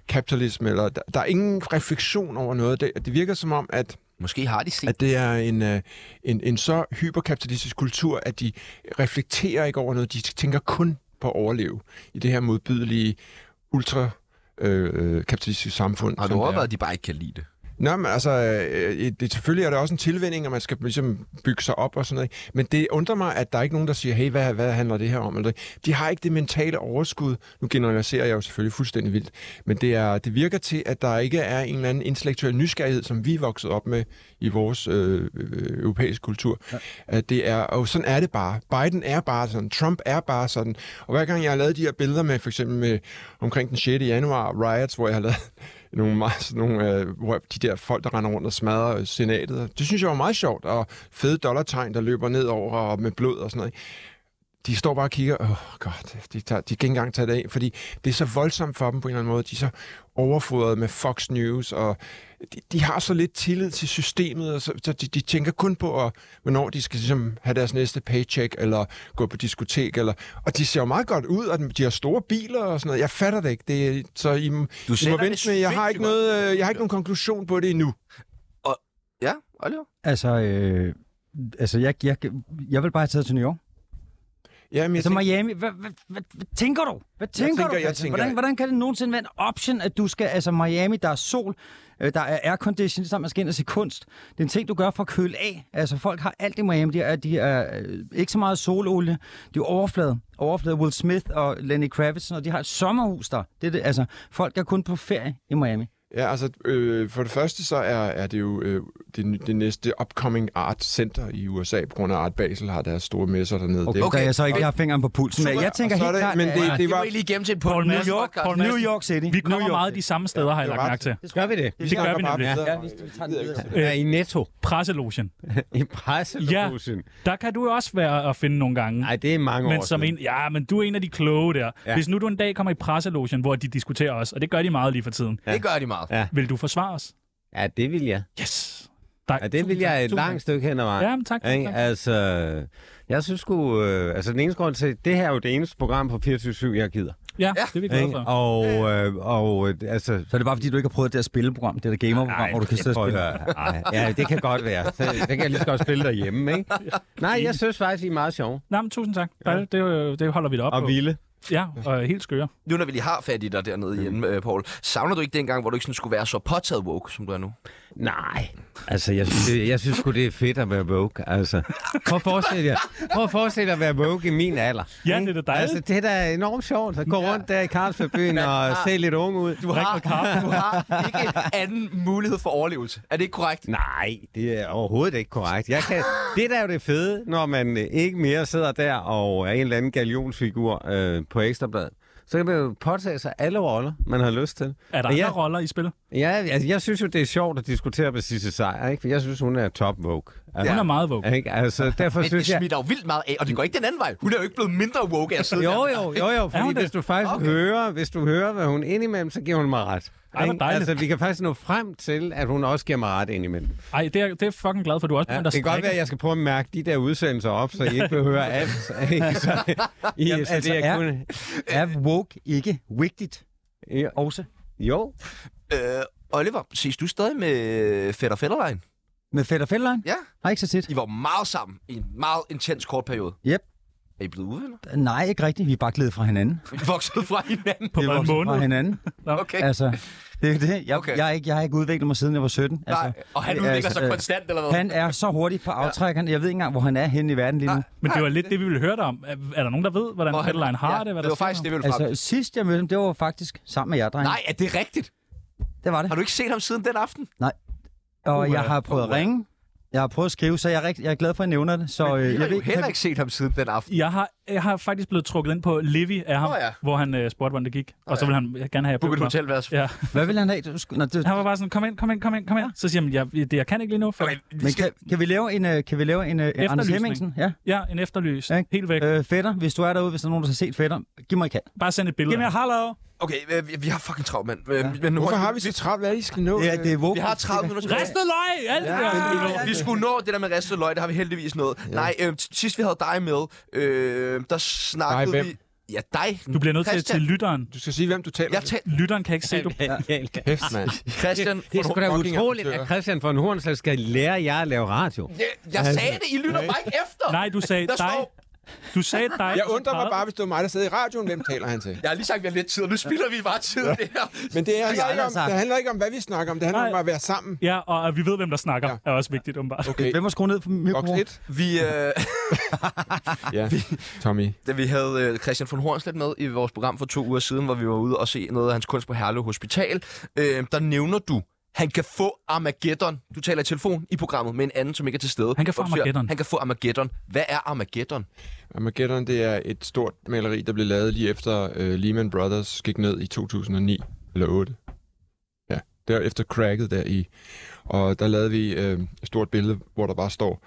kapitalisme. Eller, der, der er ingen refleksion over noget. Det, det virker som om, at
Måske har de set.
at det er en, øh, en, en så hyperkapitalistisk kultur, at de reflekterer ikke over noget. De tænker kun på at overleve i det her modbydelige, ultra øh, øh, kapitalistiske samfund.
Har
som
du
det er.
overvejet, at de bare ikke kan lide det?
Nå, men altså, øh, det, selvfølgelig er det også en tilvænning, og man skal ligesom bygge sig op og sådan noget. ikke? Men det undrer mig, at der er ikke nogen, der siger, hey, hvad, hvad handler det her om? Eller, de har ikke det mentale overskud. Nu generaliserer jeg jo selvfølgelig fuldstændig vildt. Men det, er, det virker til, at der ikke er en eller anden intellektuel nysgerrighed, som vi er vokset op med i vores øh, øh, europæiske kultur. Ja. At det er, og sådan er det bare. Biden er bare sådan. Trump er bare sådan. Og hver gang jeg har lavet de her billeder med, for eksempel med, omkring den 6. januar, riots, hvor jeg har lavet nogle, meget, sådan nogle øh, hvor de der folk, der render rundt og smadrer øh, senatet. Det synes jeg var meget sjovt, og fede dollartegn, der løber ned over og med blod og sådan noget. de står bare og kigger, åh oh, god, de, tager, de kan ikke engang tage det af, fordi det er så voldsomt for dem på en eller anden måde. De er så overfodret med Fox News, og de, de har så lidt tillid til systemet, og så, så de, de tænker kun på, at, hvornår de skal ligesom, have deres næste paycheck, eller gå på diskotek, eller, og de ser jo meget godt ud, og de har store biler og sådan noget. Jeg fatter det ikke. Det, er- så I,
Du
I
sælger
må
det
vente med, jeg har,
sindssygt
ikke noget, øh, jeg har ikke nogen konklusion på det endnu.
godt. Ja, Oliver.
Altså, øh, altså jeg, jeg, jeg vil bare have taget til New York.
Jamen, jeg
Altså
tænker,
Miami, hvad, hvad, hvad, hvad tænker du? Hvad tænker,
tænker-
du?
jeg
altså,
tænker-
hvordan, hvordan kan det nogensinde være en option, at du skal, altså Miami, der er sol, øh, der er aircondition, så man skal ind og se kunst. Det er en ting, du gør for at køle af. Altså folk har alt i Miami, de er, de er øh, ikke så meget sololie, de er overflade. Overflade Will Smith og Lenny Kravitz, og de har et sommerhus der. Det er det, altså, folk er kun på ferie i Miami.
Ja, altså øh, for det første så er, er det jo øh, det, ny- det næste upcoming art center i USA, på grund af Art Basel har deres store messer dernede.
Okay,
Det er-
okay. Der jeg så ikke har fingeren på pulsen. Men
Super,
jeg tænker
og så er
helt
det-
klart,
men det-
at-
Det
var-
var I lige gennem til på
Poul
en
Madsen. Poul
New York City.
Vi
New
kommer
York
meget de samme steder, har jeg
det er
lagt
ret.
mærke til.
Gør vi det?
Det gør vi nemlig.
Ja.
Ja, hvis du tager den videre.
Ja, i Netto. (laughs)
Presselogen.
I presselogen. Ja.
Der kan du jo også være at finde nogle gange.
Ej, det er mange
Men
år
som
siden.
en, ja, men du er en af de kloge der.
Ja.
Ja. Hvis nu du en dag kommer i presselogen, hvor de diskuterer os, og det gør de meget lige for tiden,
Det gør de meget.
Ja.
vil du forsvare os?
Ja, det vil jeg.
Yes! Der,
Ja, det vil jeg et langt stykke hen ad vejen.
Ja, men tak.
(laughs) Ikke?
tak.
Altså, jeg synes sgu... Øh, altså, den eneste grund til... Det her er jo det eneste program på 24-7, jeg gider.
Ja, det er vi glade
Ikke?
for.
Og, øh, og øh, altså...
Så er det bare, fordi du ikke har prøvet det der spilleprogram, det der gamerprogram, hvor du kan sidde og
prøv at
spille.
høre. Ej, ja, det kan godt være. Så, det kan jeg lige så godt spille derhjemme, ikke? Nej, jeg synes faktisk, I er meget sjove.
Nej, men tusind tak. Ja. Det, øh, det holder vi det op på.
Og vilde.
Ja, og helt skøre.
Nu når vi lige har fat i dig dernede
Mm.
igen, øh, Paul, savner du ikke dengang, hvor du ikke sådan skulle være så påtaget woke, som du er nu?
Nej. Altså, jeg synes, det, jeg synes sgu, det er fedt at være woke, altså. Prøv at forestille jer, prøv at forestille jer at være woke i min alder.
Ja, det er da dejligt.
Altså, det er da enormt sjovt at gå rundt der i Carlsbergbyen og se lidt unge ud.
Du har, du har ikke anden mulighed for overlevelse. Er det ikke korrekt?
Nej, det er overhovedet ikke korrekt. Jeg kan, det der er jo det fede, når man øh, ikke mere sidder der og er en eller anden galionsfigur øh, på Ekstrabladet. Så kan man jo påtage sig alle roller, man har lyst til.
Er der
Men
andre
jeg,
roller i spil?
ja, altså, jeg synes jo, det er sjovt at diskutere med Sisse Sejr, ikke? for jeg synes, hun er top woke. Altså,
Hun er meget vågen.
Ikke? Altså,
(laughs)
derfor
Men det
synes jeg...
smitter jo vildt meget af, og det går ikke den anden vej. Hun er jo ikke blevet mindre woke af at sidde
Jo,
der.
jo, jo, jo,
hun
fordi
det?
hvis du faktisk okay. hører, hvis du hører, hvad hun indimellem, så giver hun mig ret.
Ej, hvor
Ikke?
dejligt.
altså, vi kan faktisk nå frem til, at hun også giver mig ret indimellem.
Ej, det er, det er jeg fucking glad for, du er også
Ja,
begyndt
det
at
kan godt være,
strække.
at jeg skal prøve at mærke de der udsendelser op, så I ikke behøver (laughs) alt. Ikke? Så, I, Jamen, så
altså,
det er
er-
kun...
Er woke ikke vigtigt
Jo.
også?
Jo,
Øh, Oliver, ses du stadig med Fætter Fætterlein?
Med Fætter Fælderlein?
Ja.
Nej, ikke så tit.
I var meget sammen i en meget intens kort periode.
Yep.
Er I blevet uvenner?
Nej, ikke rigtigt. Vi er bare gledet fra hinanden.
I voksede fra hinanden.
På
Vi
bare en
voksede
måned.
Fra hinanden.
Okay.
Altså, det er det.
Okay.
Jeg, okay. jeg, har ikke, jeg har ikke udviklet mig siden jeg var 17. Altså,
Nej, og han
det-
udvikler sig
øh,
konstant, eller hvad?
Han er så hurtig på aftrækkerne. Jeg ved ikke engang, hvor han er henne i verden lige nu.
Men det var lidt det, vi ville høre dig om. Er, er der nogen, der ved, hvordan
Hvor han-
Fetterlein har det?
det
Hvad der
var faktisk det, vi ville frem.
Altså, sidst jeg mødte ham, det var faktisk sammen med jer, drenge.
Nej, er det rigtigt?
Det var det.
Har du ikke set ham siden den aften?
Og
Uha,
jeg har prøvet at
uha.
ringe. Jeg har prøvet at skrive, så jeg er, rigt, jeg er glad for, at I nævner det. Så øh,
Jeg
jeg
har
ved
jo
ikke,
heller
kan,
ikke set ham siden den aften.
Jeg har, jeg har faktisk blevet trukket ind på Levi af ham,
Nå ja.
hvor han øh, spurgte, hvordan det gik. Og så ville han gerne have, at jeg
Booket
blev
et
der.
hotelværelse.
Ja. (laughs)
hvad vil han have? Du skulle- Nå, det,
Han var bare sådan, kom ind, kom ind, kom ind, kom ind. Så siger han, jeg, det, jeg kan ikke lige nu. For...
Okay, vi
men
skal-
kan, kan, vi lave en, øh, kan vi lave en øh, Anders
Efterlysning.
Hemmingsen? Ja.
Ja, en efterlys.
Ikke?
Helt væk.
Øh, fætter, hvis du er derude, hvis der er nogen, der har set fætter, giv mig et kald.
Bare send et billede. af ham.
hallo.
Okay, øh, vi, vi har fucking travlt, mand. Øh, Men
Hvorfor har vi så travlt? Hvad er det, I skal nå? Øh,
Ja, det er
Vi
våben.
har 30 minutter tilbage.
Ristet løg! Alt det der.
Vi skulle nå det der med ristet løg, det har vi heldigvis nået. Ja. Nej, øh, sidst vi havde dig med, øh, der snakkede
Dig hvem?
vi... Ja, dig.
Du bliver nødt til at til
Christian.
lytteren.
Du skal sige, hvem du taler
Jeg
med.
tager
Lytteren kan ikke se, du...
Kæft, mand.
Christian.
det er sgu da
fucking
utroligt,
amatør.
at Christian von Hornslet skal lære jer at lave radio.
Ja, Jeg sagde det, I lytter bare ikke efter.
Nej, du sagde
Der
dig.
står-
Du sagde dig.
Jeg undrer mig bare, hvis det var mig, der sad i radioen. Hvem taler han til?
Jeg har lige sagt, at vi har lidt tid, og nu spilder vi bare tid det her.
Men
(laughs)
det, er altså
har
ikke
aldrig
om,
sagt.
det handler ikke om, hvad vi snakker om. Det handler
Nej.
om at være sammen.
Ja, og at vi ved, hvem der snakker,
Ja.
er også vigtigt, åbenbart.
Okay,
Hvem har skruet ned for
boks
mikrofonen?
1.
Vi, øh, (laughs)
(laughs)
Ja, Tommy.
da vi havde øh, Christian von Hornslet med i vores program for to uger siden, hvor vi var ude og se noget af hans kunst på Herlev Hospital, øh, der nævner du, han kan få Armageddon. Du taler i telefon i programmet med en anden, som ikke er til stede.
Han kan få
Og du siger,
Armageddon.
Han kan få Armageddon. Hvad er Armageddon?
Armageddon, det er et stort maleri, der blev lavet lige efter øh, Lehman Brothers gik ned i 2009 eller 8. Ja, derefter cracket der i. Og der lavede vi øh, et stort billede, hvor der bare står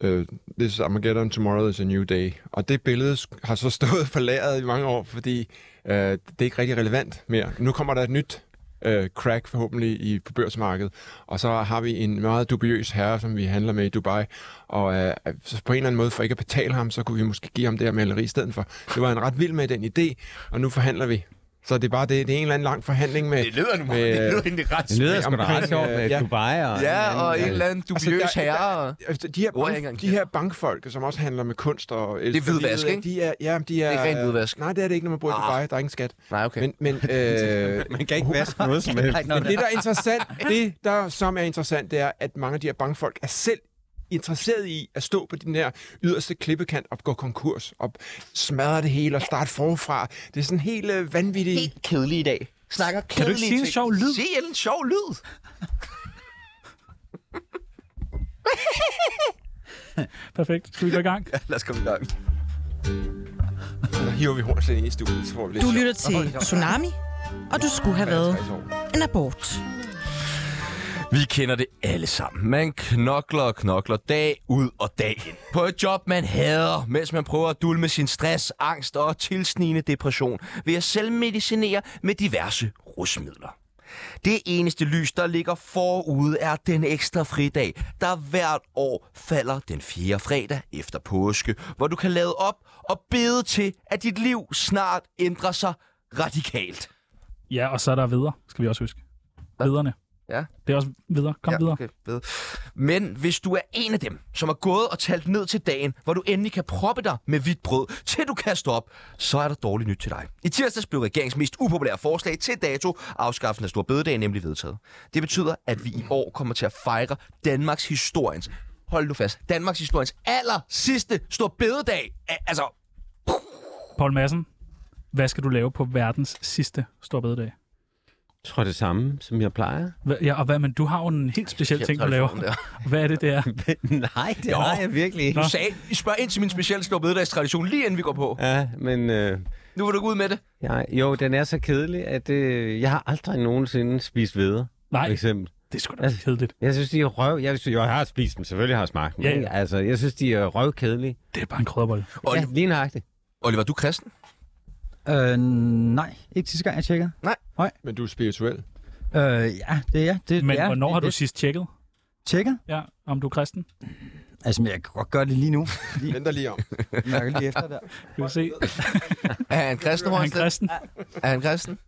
øh, This is Armageddon, Tomorrow is a New Day. Og det billede sk- har så stået (laughs) på lageret i mange år, fordi øh, det er ikke rigtig relevant mere. Nu kommer der et nyt øh, crack forhåbentlig i, på børsmarkedet, og så har vi en meget dubiøs herre, som vi handler med i Dubai, og øh, så på en eller anden måde, for ikke at betale ham, så kunne vi måske give ham det her maleri i stedet for. Det var han ret vild med, den idé, og nu forhandler vi. Så det er bare det, det er en eller anden lang forhandling med...
Det lyder nu,
med, øh,
det lyder egentlig ret
Det lyder sgu da
Omkring,
ret sjovt
øh,
med
ja.
Dubai og...
Ja, og en eller anden
Altså,
dubiøs
der-
herre. og-
Altså, de her,
Ord, jeg ikke engang
bank, de
kender.
her bankfolk, som også handler med kunst og...
er hvidvask, ikke?
De er, ja, de er,
Det er rent hvidvask.
Nej, det er det ikke, når man bor i
Ah.
Dubai. Der er ingen skat.
Nej, okay.
Men,
(laughs)
men, øh,
Man kan ikke vaske noget som helst.
men det, der er interessant, det, der som er interessant, det er, at mange af de her bankfolk er selv interesseret i at stå på den her yderste klippekant og gå konkurs og smadre det hele og starte forfra. Det er sådan helt øh, vanvittigt.
helt kedelig i dag. Snakker
Kan du ikke sige en sjov lyd?
Sig en sjov lyd. (laughs)
Perfekt. Skal vi gå i gang?
Lad os komme i gang.
Så hiver vi hornet ind i studiet, så får vi lidt
Du lytter til Tsunami, og du skulle have været en abort.
Vi kender det alle sammen. Man knokler og knokler dag ud og dag ind. På et job, man hader, mens man prøver at dulme sin stress, angst og tilsnigende depression ved at selvmedicinere med diverse rusmidler. Det eneste lys, der ligger forude, er den ekstra fridag, der hvert år falder den 4. fredag efter påske, hvor du kan lade op og bede til, at dit liv snart ændrer sig radikalt.
Ja, og så er der videre, skal vi også huske.
Hvad?
Vederne.
Ja.
Det er også videre. Kom videre.
Okay, ved. Men hvis du er en af dem, som er gået og talt ned til dagen, hvor du endelig kan proppe dig med hvidt brød, til du kan stoppe, så er der dårligt nyt til dig. I tirsdags blev regeringens mest upopulære forslag til dato, afskaffelsen af Stor Bødedag, nemlig vedtaget. Det betyder, at vi i år kommer til at fejre Danmarks historiens, hold nu fast, Danmarks historiens aller sidste Stor Bødedag. Altså,
Paul Madsen, hvad skal du lave på verdens sidste storbededag?
Jeg tror det samme, som jeg plejer.
Hva- Ja, og hvad, men du har jo en helt speciel ting, du laver. (laughs) Hvad er det, der?
(laughs) Nej, det har jeg virkelig ikke.
Du sagde, spørg ind til min specielle Stor Bødedagstradition, lige inden vi går på.
Ja, men øh,
Nu vil du gå ud med det.
jeg, jo, den er så kedelig, at øh, jeg har aldrig nogensinde spist veder,
Nej,
for eksempel.
det er sgu da kedeligt.
Jeg synes, de er røv... Jeg, synes, jo, jeg har spist dem, selvfølgelig har jeg smagt dem.
Ja, ja.
ikke? Altså, jeg synes, de er røvkedelige.
Det er bare en krydderbolle.
Ja,
Oliver,
lige nøjagtigt.
Oliver du er kristen?
Øh, nej, ikke sidste gang, jeg tjekkede.
Men du er spirituel.
Øh, ja, det er jeg. Det,
Men
ja,
hvornår
det-
har du
det-
sidst tjekket,
tjekket?
ja, om du er kristen?
Altså, men jeg kan godt gøre det (laughs) lige nu.
Vent dig lige om.
Jeg kan lige efter der.
Kan vi se?
Er han kristen,
Er han
Hornslet?
kristen?
Er han kristen?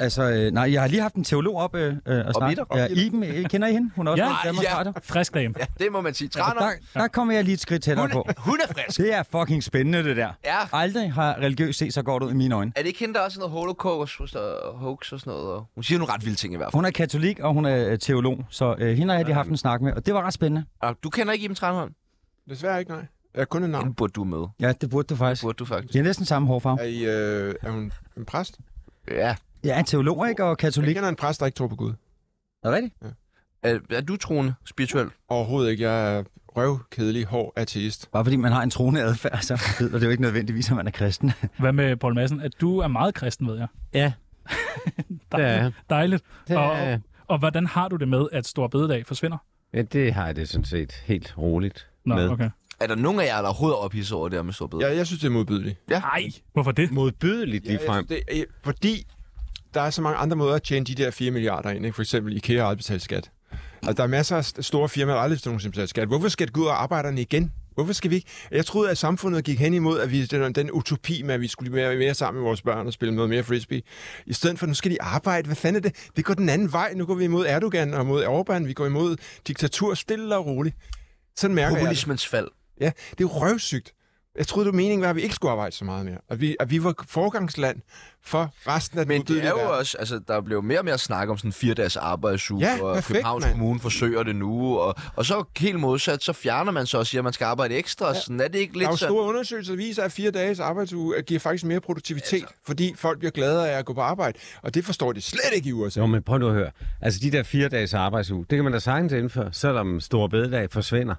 Altså, øh, nej, jeg har lige haft en teolog op øh, øh, og snakke.
Peter, og
Ja, Iben, øh, kender I hende? Hun er også
Ja.
med i Danmarks
Ja.
Radio.
Frisk dame.
Ja, det må man sige.
Altså,
Traner,
der, der kommer jeg lige et skridt tættere
hun,
på.
er- hun er frisk.
Det er fucking spændende, det der.
Ja.
Aldrig har religiøs set så godt ud i mine øjne.
Er det ikke hende, der også noget holocaust og hoax og sådan noget? Og hun siger nogle ret vilde ting i hvert fald.
Hun er katolik, og hun er øh, teolog, så øh, hende har jeg lige haft en snak med, og det var ret spændende.
Og du kender ikke Iben Tranholm?
Desværre ikke, nej. Jeg er kun et navn.
Hende burde du møde.
Ja, det burde du faktisk.
Burde du faktisk.
De har næsten samme hårfarve.
Er, I, øh, er hun en præst?
Ja.
Ja, teolog, ikke? Og
Jeg
katolik.
kender en præst, der ikke tror på Gud.
Er det rigtigt?
Er, er du troende spirituel?
Overhovedet ikke. Jeg er røvkedelig, hård ateist.
Bare fordi man har en troende adfærd, så betyder det jo ikke nødvendigvis, at man er kristen. (laughs)
Hvad med Paul Madsen? At du er meget kristen, ved jeg.
Ja,
(laughs)
det er
Dejligt.
jeg.
Dejligt.
Det,
Og,
er,
og hvordan har du det med, at Stor Bededag forsvinder?
ja, det har jeg det sådan set helt roligt
Nå,
med.
okay.
Er der nogen af jer, der er overhovedet ophidset over det her med stor bedre?
Jeg, jeg synes, det er modbydeligt.
Nej, hvorfor det?
Modbydeligt lige frem.
Ja, jeg synes, det er, fordi der er så mange andre måder at tjene de der 4 milliarder ind. Ikke? For eksempel IKEA har aldrig betalt skat. Og der er masser af st- store firmaer, der aldrig nogensinde betalt skat. Hvorfor skal det gå ud og arbejderne igen? Hvorfor skal vi ikke? Jeg troede, at samfundet gik hen imod at vi, den, den utopi med, at vi skulle mere, mere sammen med vores børn og spille noget mere frisbee. I stedet for, nu skal de arbejde. Hvad fanden er det? Det går den anden vej. Nu går vi imod Erdogan og mod Orbán. Vi går imod diktatur stille og roligt. Sådan mærker jeg det.
Populismens fald.
Ja, det er jo røvsygt. Jeg troede, det var meningen var, at vi ikke skulle arbejde så meget mere. At vi, at vi var forgangsland for resten af den
Men det
ubedelige
er jo
verden.
også, altså, der bliver jo mere og mere snak om sådan fire dages arbejdsuge,
Ja,
og
perfekt,
Københavns
mand.
Kommune forsøger det nu, og, og så helt modsat, så fjerner man så og siger, at man skal arbejde ekstra, ja. sådan er det ikke
Der er jo
lidt sådan?
store undersøgelser, der viser, at fire dages arbejdsuge giver faktisk mere produktivitet, altså. fordi folk bliver gladere af at gå på arbejde. Og det forstår de slet ikke i USA.
Jo, men prøv nu at høre. Altså, de der fire dages arbejdsuge, det kan man da sagtens indføre, selvom store bededag forsvinder.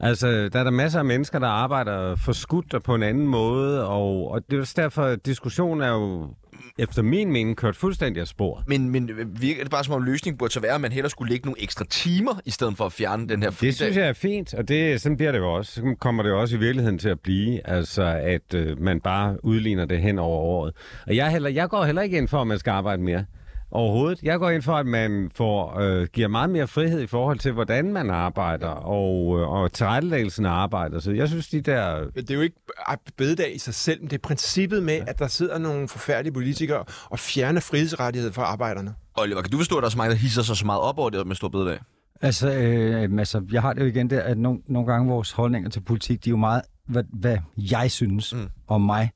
Altså, der er der masser af mennesker, der arbejder forskudt og på en anden måde, og, og det er også derfor, at diskussionen er jo efter min mening kørt fuldstændig af sporet.
Men, men øh, virker det bare som om løsningen burde så være, at man hellere skulle lægge nogle ekstra timer, i stedet for at fjerne den her fridag?
Det synes jeg er fint, og det, sådan bliver det jo også. Sådan kommer det jo også i virkeligheden til at blive, altså at øh, man bare udligner det hen over året. Og jeg, heller, jeg går heller ikke ind for, at man skal arbejde mere. Overhovedet. Jeg går ind for, at man får, øh, giver meget mere frihed i forhold til, hvordan man arbejder og, øh, og tilrettelæggelsen af arbejdet. Så jeg synes, de der...
Men det er jo ikke ej, bededag i sig selv, men det er princippet med, at der sidder nogle forfærdelige politikere og fjerner frihedsrettighed for arbejderne.
Oliver, kan du forstå, at der er så mange, der hisser sig så meget op over det med stor bededag?
Altså, øh, altså, jeg har det jo igen der, at nogle, nogle gange vores holdninger til politik, de er jo meget, hvad, hvad jeg synes mm. om mig.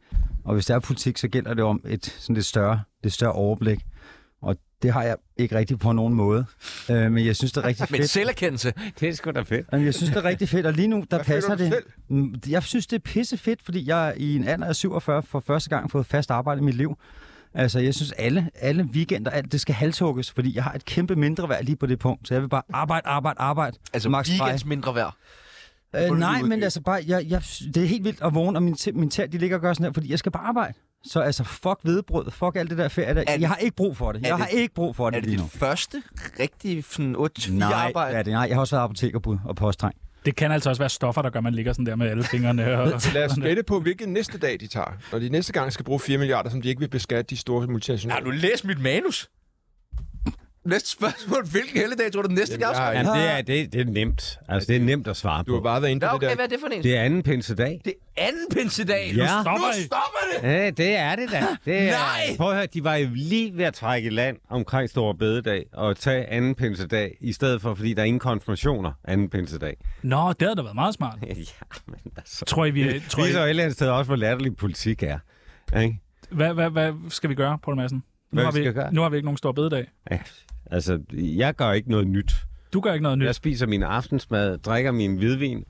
Og hvis der er politik, så gælder det om et sådan lidt større, lidt større overblik. Og det har jeg ikke rigtigt på nogen måde. Øh, men jeg synes, det er rigtig
Men
fedt.
selverkendelse,
Det er sgu da fedt.
Jamen, jeg synes, det er rigtig fedt, og lige nu, der passer
du
det. Mm, Jeg synes, det er pissefedt, fordi jeg i en alder af 47 for første gang har fået fast arbejde i mit liv. Altså, jeg synes, alle, alle weekender, alt, det skal halshugges, fordi jeg har et kæmpe mindre værd lige på det punkt. Så jeg vil bare arbejde, arbejde, arbejde.
altså
Max Frey.
weekends mindre værd.
Øh,
Hvor
nej,
du-
men altså bare, jeg, jeg, det er helt vildt at vågne, og min, tæ- min tæer, de ligger og gør sådan her, fordi jeg skal bare arbejde. Så altså, fuck hvedebrød, fuck alt det der ferie. Der.
det-
Jeg har ikke brug for det. Jeg
det-
har ikke brug for
Er
det
det
lige
dit
nu.
første rigtige sådan 8
Nej,
arbejde?
det er det, nej, jeg har også været apotekerbud og postdreng.
Det kan altså også være stoffer, der gør, at man ligger sådan der med alle fingrene. Og...
Lad os gætte på, hvilken næste dag de tager. Når de næste gang skal bruge 4 milliarder, som de ikke vil beskatte de store
Har
multinationale.
du læst mit manus? Næste spørgsmål. Hvilken helligdag tror du den næste
Jamen, jeg har
gang?
Jamen, det, er, det, det er nemt. Altså, det er nemt at svare
Du har
på.
bare været inde
Ja,
på det
okay,
der.
hvad er det for en?
Det er anden pinsedag.
Det er anden pinsedag.
Ja.
Nu
Stopper I?
stopper det!
Ja, Øh, det er det da. Det er,
Nej!
Prøv at høre, de var jo lige ved at trække i land omkring Store Bededag og tage anden pinsedag, i stedet for, fordi der er ingen konfirmationer anden pinsedag.
Nå, det havde da været meget smart.
ja, men altså...
Tror I, vi... Tror
Viser
I,
jo et eller andet sted også, hvor latterlig politik er. Ikke?
hvad, hvad, hvad skal vi gøre, Poul Madsen? Nu
Hvad
har,
vi skal gøre?
vi, nu har vi ikke nogen stor bededag.
Ja. Altså, jeg gør ikke noget nyt.
Du gør ikke noget nyt.
Jeg spiser min aftensmad, drikker min hvidvin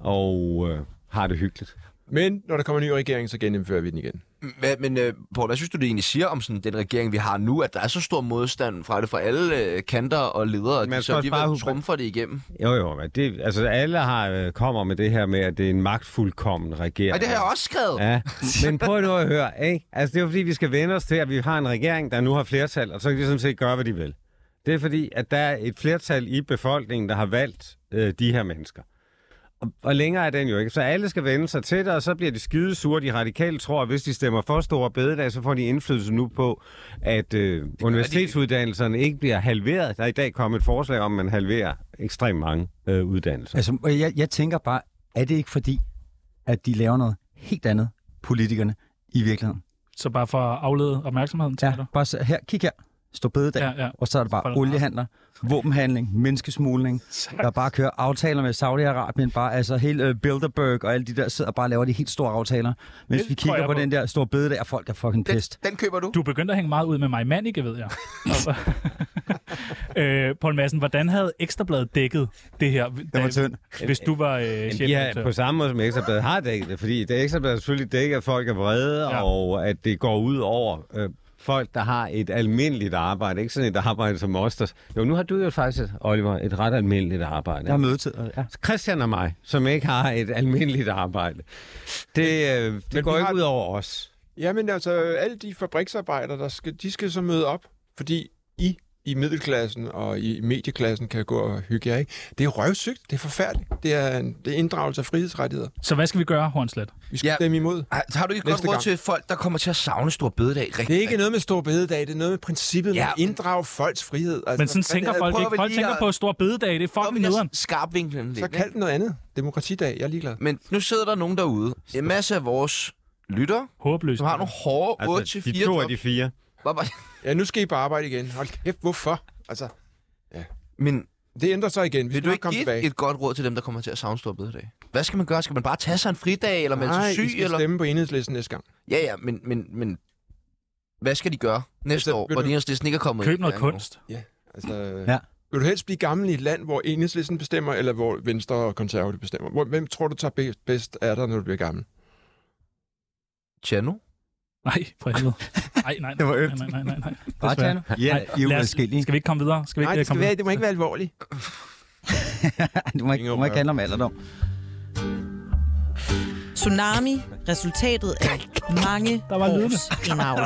og øh, har det hyggeligt.
Men når der kommer en ny regering, så genindfører vi den igen.
Hvad, men øh, Poul, hvad synes du, det egentlig siger om sådan, den regering, vi har nu? At der er så stor modstand fra det fra alle øh, kanter og ledere, at
Man
de
skal
så
også bare
alligevel
huske-
trumfer det igennem.
Jo, jo, men det, altså alle har, øh, kommer med det her med, at det er en magtfuldkommen regering.
Ja, det har jeg også skrevet.
Ja, men prøv nu at høre, ikke? Altså, det er jo fordi, vi skal vende os til, at vi har en regering, der nu har flertal, og så kan de sådan set gøre, hvad de vil. Det er fordi, at der er et flertal i befolkningen, der har valgt øh, de her mennesker. Og, og længere er den jo ikke. Så alle skal vende sig til det, og så bliver de skide sure. De radikale tror, at hvis de stemmer for store bededag, så får de indflydelse nu på, at øh, universitetsuddannelserne ikke bliver halveret. Der er i dag kommet et forslag om, at man halverer ekstremt mange øh, uddannelser.
Altså, og jeg, jeg tænker bare, er det ikke fordi, at de laver noget helt andet, politikerne, i virkeligheden?
Så bare for at aflede opmærksomheden til dig.
Bare så, her, kig her. Stå bededag.
Ja, ja.
Og så er der
Hold
bare
da op.
oliehandler, våbenhandling, menneskesmugling, der bare kører aftaler med Saudi-Arabien, bare altså hele øh, Bilderberg og alle de der sidder og bare laver de helt store aftaler. Mens
Det
vi
tror
kigger
jeg
på,
på.
den der store bededag, og folk er fucking pissed.
Den køber du.
Du er begyndt at hænge meget ud med mig Manike, ved jeg. Altså. øh, Poul Madsen, hvordan havde Ekstrabladet dækket det her,
Det var
da,
tynd.
hvis du var øh, chef?
Ja, på samme måde som Ekstrabladet har dækket det, fordi det Ekstrabladet selvfølgelig dækker, at folk er vrede,
Ja.
ja. og at det går ud over øh, folk, der har et almindeligt arbejde, ikke sådan et arbejde som os. Der... Jo, nu har du jo faktisk, Oliver, et ret almindeligt arbejde.
Jeg har mødetid. og- Ja.
Christian og mig, som ikke har et almindeligt arbejde. Det, øh, det går
vi
ikke
har-
ud over os.
Jamen altså, alle de fabriksarbejdere, der skal, de skal så møde op, fordi I i middelklassen og i medieklassen kan gå og hygge jer, ikke? Det er røvsygt, det er forfærdeligt, det er, en, det er inddragelse af frihedsrettigheder.
Så hvad skal vi gøre, Hornslet?
Vi skal
Ja.
ja. stemme imod.
Har, har du ikke
Næste
godt råd
gang.
til folk, der kommer til at savne stor bededag? Rigtig,
Det er ikke noget med stor bededag, det er noget med princippet ja.
Ja.
med at inddrage folks frihed. Altså,
Men sådan tænker
jeg
folk
prøver
ikke.
vel
Folk
lige
tænker
at-
på stor bededag, det er fucking nederen.
skarpvinklen lidt.
så kald det noget andet. Demokratidag, jeg er ligeglad.
ikke? Men nu sidder der nogen derude. En masse af vores lytter,
Håbløst.
som har nogle hårde 8-4
Altså, de to af de fire.
Ja, nu skal I på arbejde igen. Hold kæft, hvorfor? Altså,
Men
det ændrer sig igen. Vi
Vil
skal
du
nok
ikke
komme
give
tilbage.
et godt råd til dem, der kommer til at savne stor bededag? Hvad skal man gøre? Skal man bare tage sig en fridag, eller melde
Nej,
sig
I
syg?
skal
Eller...
stemme på enhedslisten næste gang.
Ja, ja, men, men, men hvad skal de gøre næste
Altså,
år,
vil
hvor
du-
de enhedslisten ikke er kommet
Køb
i
noget
gang endnu?
kunst.
Altså,
Ja.
ja. Vil du helst blive gammel i et land, hvor enhedslisten bestemmer, eller hvor venstre og konservative bestemmer? Hvor- Hvem tror du tager bedst, bedst af dig, når du bliver gammel?
Tjano?
Nej, for helvede.
(laughs)
Nej, nej,
Det var
nej,
ømt.
nej, nej, nej, nej.
Bare
Desværre.
tjano. Ja,
Nej,
I er
lad os-
uadskillige.
Skal vi ikke komme videre? Skal vi ikke øh, komme
det må ikke være alvorligt.
(laughs) Du må ikke, du må ikke handle om alderdom.
Tsunami, resultatet af mange
(laughs) Der var lydene.
års indavl.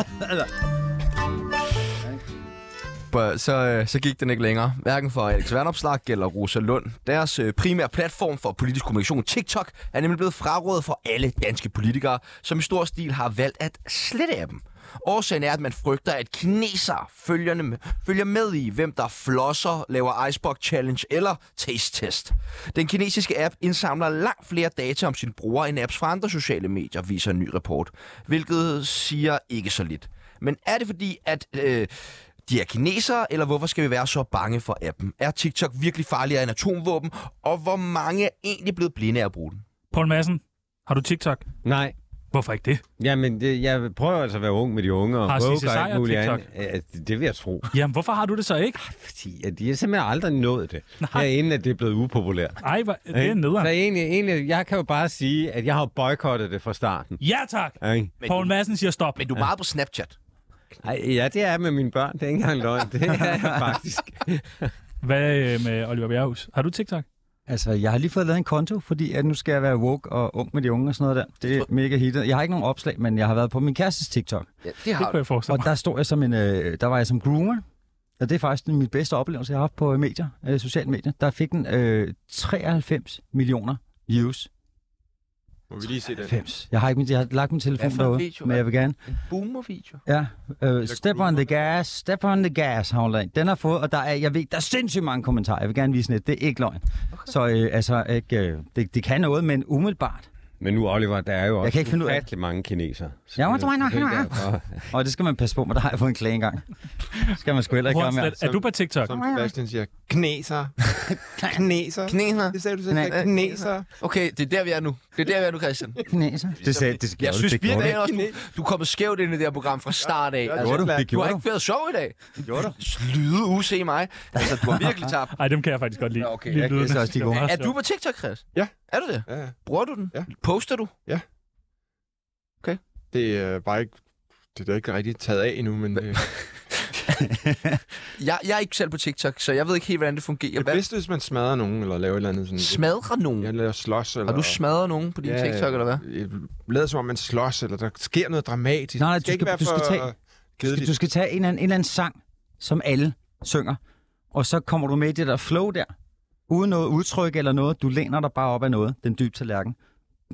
bør- så, øh, så gik den ikke længere. Hverken for Alex Vandopslag eller Rosa Lund. Deres øh, primære platform for politisk kommunikation, TikTok, er nemlig blevet frarådet for alle danske politikere, som i stor stil har valgt at slette af dem. Årsagen er, at man frygter, at kinesere følgerne med, følger med i, hvem der flosser, laver Icebox Challenge eller Taste Test. Den kinesiske app indsamler langt flere data om sine brugere end apps fra andre sociale medier, viser en ny rapport, hvilket siger ikke så lidt. Men er det fordi, at øh, de er kinesere, eller hvorfor skal vi være så bange for appen? Er TikTok virkelig farligere end atomvåben, og hvor mange er egentlig blevet blinde af at bruge den?
Poul Madsen, har du TikTok?
Nej.
Hvorfor ikke det?
Jamen, det, jeg prøver altså at være ung med de unge, og
Har
woke
Sissi
og alt
Sejer
muligt
TikTok?
andet. Ja, det- det vil jeg tro.
Jamen, hvorfor har du det så ikke?
Fordi at de har simpelthen aldrig nået det, her inden at det er blevet upopulært.
Ej, hvor, det er
Ikke? Så
nederen.
egentlig, egentlig, jeg kan jo bare sige, at jeg har boykottet det fra starten.
Ja, tak.
Ikke?
Poul Madsen siger stop.
Men du er meget på Snapchat.
Ej, ja, det er med mine børn. Det er ikke engang løgn. Det er (laughs) jeg faktisk.
Hvad øh, med Oliver Bjerghus? Har du TikTok?
Altså, jeg har lige fået lavet en konto, fordi at nu skal jeg være woke og ung med de unge og sådan noget der. Det er mega hittet. Jeg har ikke nogen opslag, men jeg har været på min kærestes TikTok.
Ja, det
Det
har
kunne
du.
jeg forestille
Og
mig.
der, stod jeg som en, øh, der var jeg som groomer. Og det er faktisk den, min bedste oplevelse, jeg har haft på øh, medier, øh, sociale medier. Der fik den øh, 93 millioner views.
Må vi lige se den?
90. Jeg har ikke min, jeg har lagt min telefon
Hvad for en
derude,
video er
men jeg vil gerne.
En boomer-video.
Ja, øh, step on the gas, step on the gas, Holland. Den har fået, og der er, jeg ved, der er sindssygt mange kommentarer. Jeg vil gerne vise net, det er ikke løgn. Okay. Så øh, altså, ikke, øh, det, det kan noget, men umiddelbart.
Men nu, Oliver, der er jo også
kan ikke finde ud af det.
ufattelig mange kinesere. Så
Ja,
det er
hvor tror jeg nok,
selvfølgelig
han er.
derfor,
Og det skal man passe på, men der har jeg fået en klage engang. Det skal man altså sgu heller ikke gøre mere.
Hornslet, er du på TikTok?
Som Sebastian siger,
(laughs)
knæser. knæser.
Knæner.
Det sagde du
Knæ-
selv. Knæser.
Okay, det er der, vi er nu. Det er der, vi er nu, Christian.
Kineser.
Det sagde det gjorde
Jeg
du,
synes
det gjorde
virkelig,
du.
også, du, du er kommet skævt ind i det her program fra start af. Altså,
Gjorde du? Det
du har
gjorde du.
ikke været sjov i dag. Gjorde du? Lyde UC mig. Altså, du har virkelig tabt.
Ej, dem kan jeg faktisk godt lide.
Ja, okay.
Lige
Jeg
lyden.
læser også de
Det
gode.
var
Er
meget
du på TikTok, Chris?
Ja.
Er du det?
Ja, ja.
Bruger du den?
Ja.
Poster du?
Det er bare ikke... Det er da ikke rigtig taget af endnu, men øh,
Jeg, jeg er ikke selv på TikTok, så jeg ved ikke helt, hvordan det fungerer.
det
Hvad?
bedste, hvis man smadrer nogen, eller laver et eller andet sådan...
Smadrer nogen?
Jeg laver slås, eller...
Har du smadret nogen på din
Ja, øh,
TikTok, eller hvad?
Lader som om, man slås, eller der sker noget dramatisk.
Nej, nej,
Det
du skal- du skal tage-
øh,
Du skal,
kedeligt.
du skal tage en eller, anden, en eller anden sang, som alle synger, og så kommer du med i det der flow der, uden noget udtryk eller noget. Du læner dig bare op af noget, den dybe tallerken.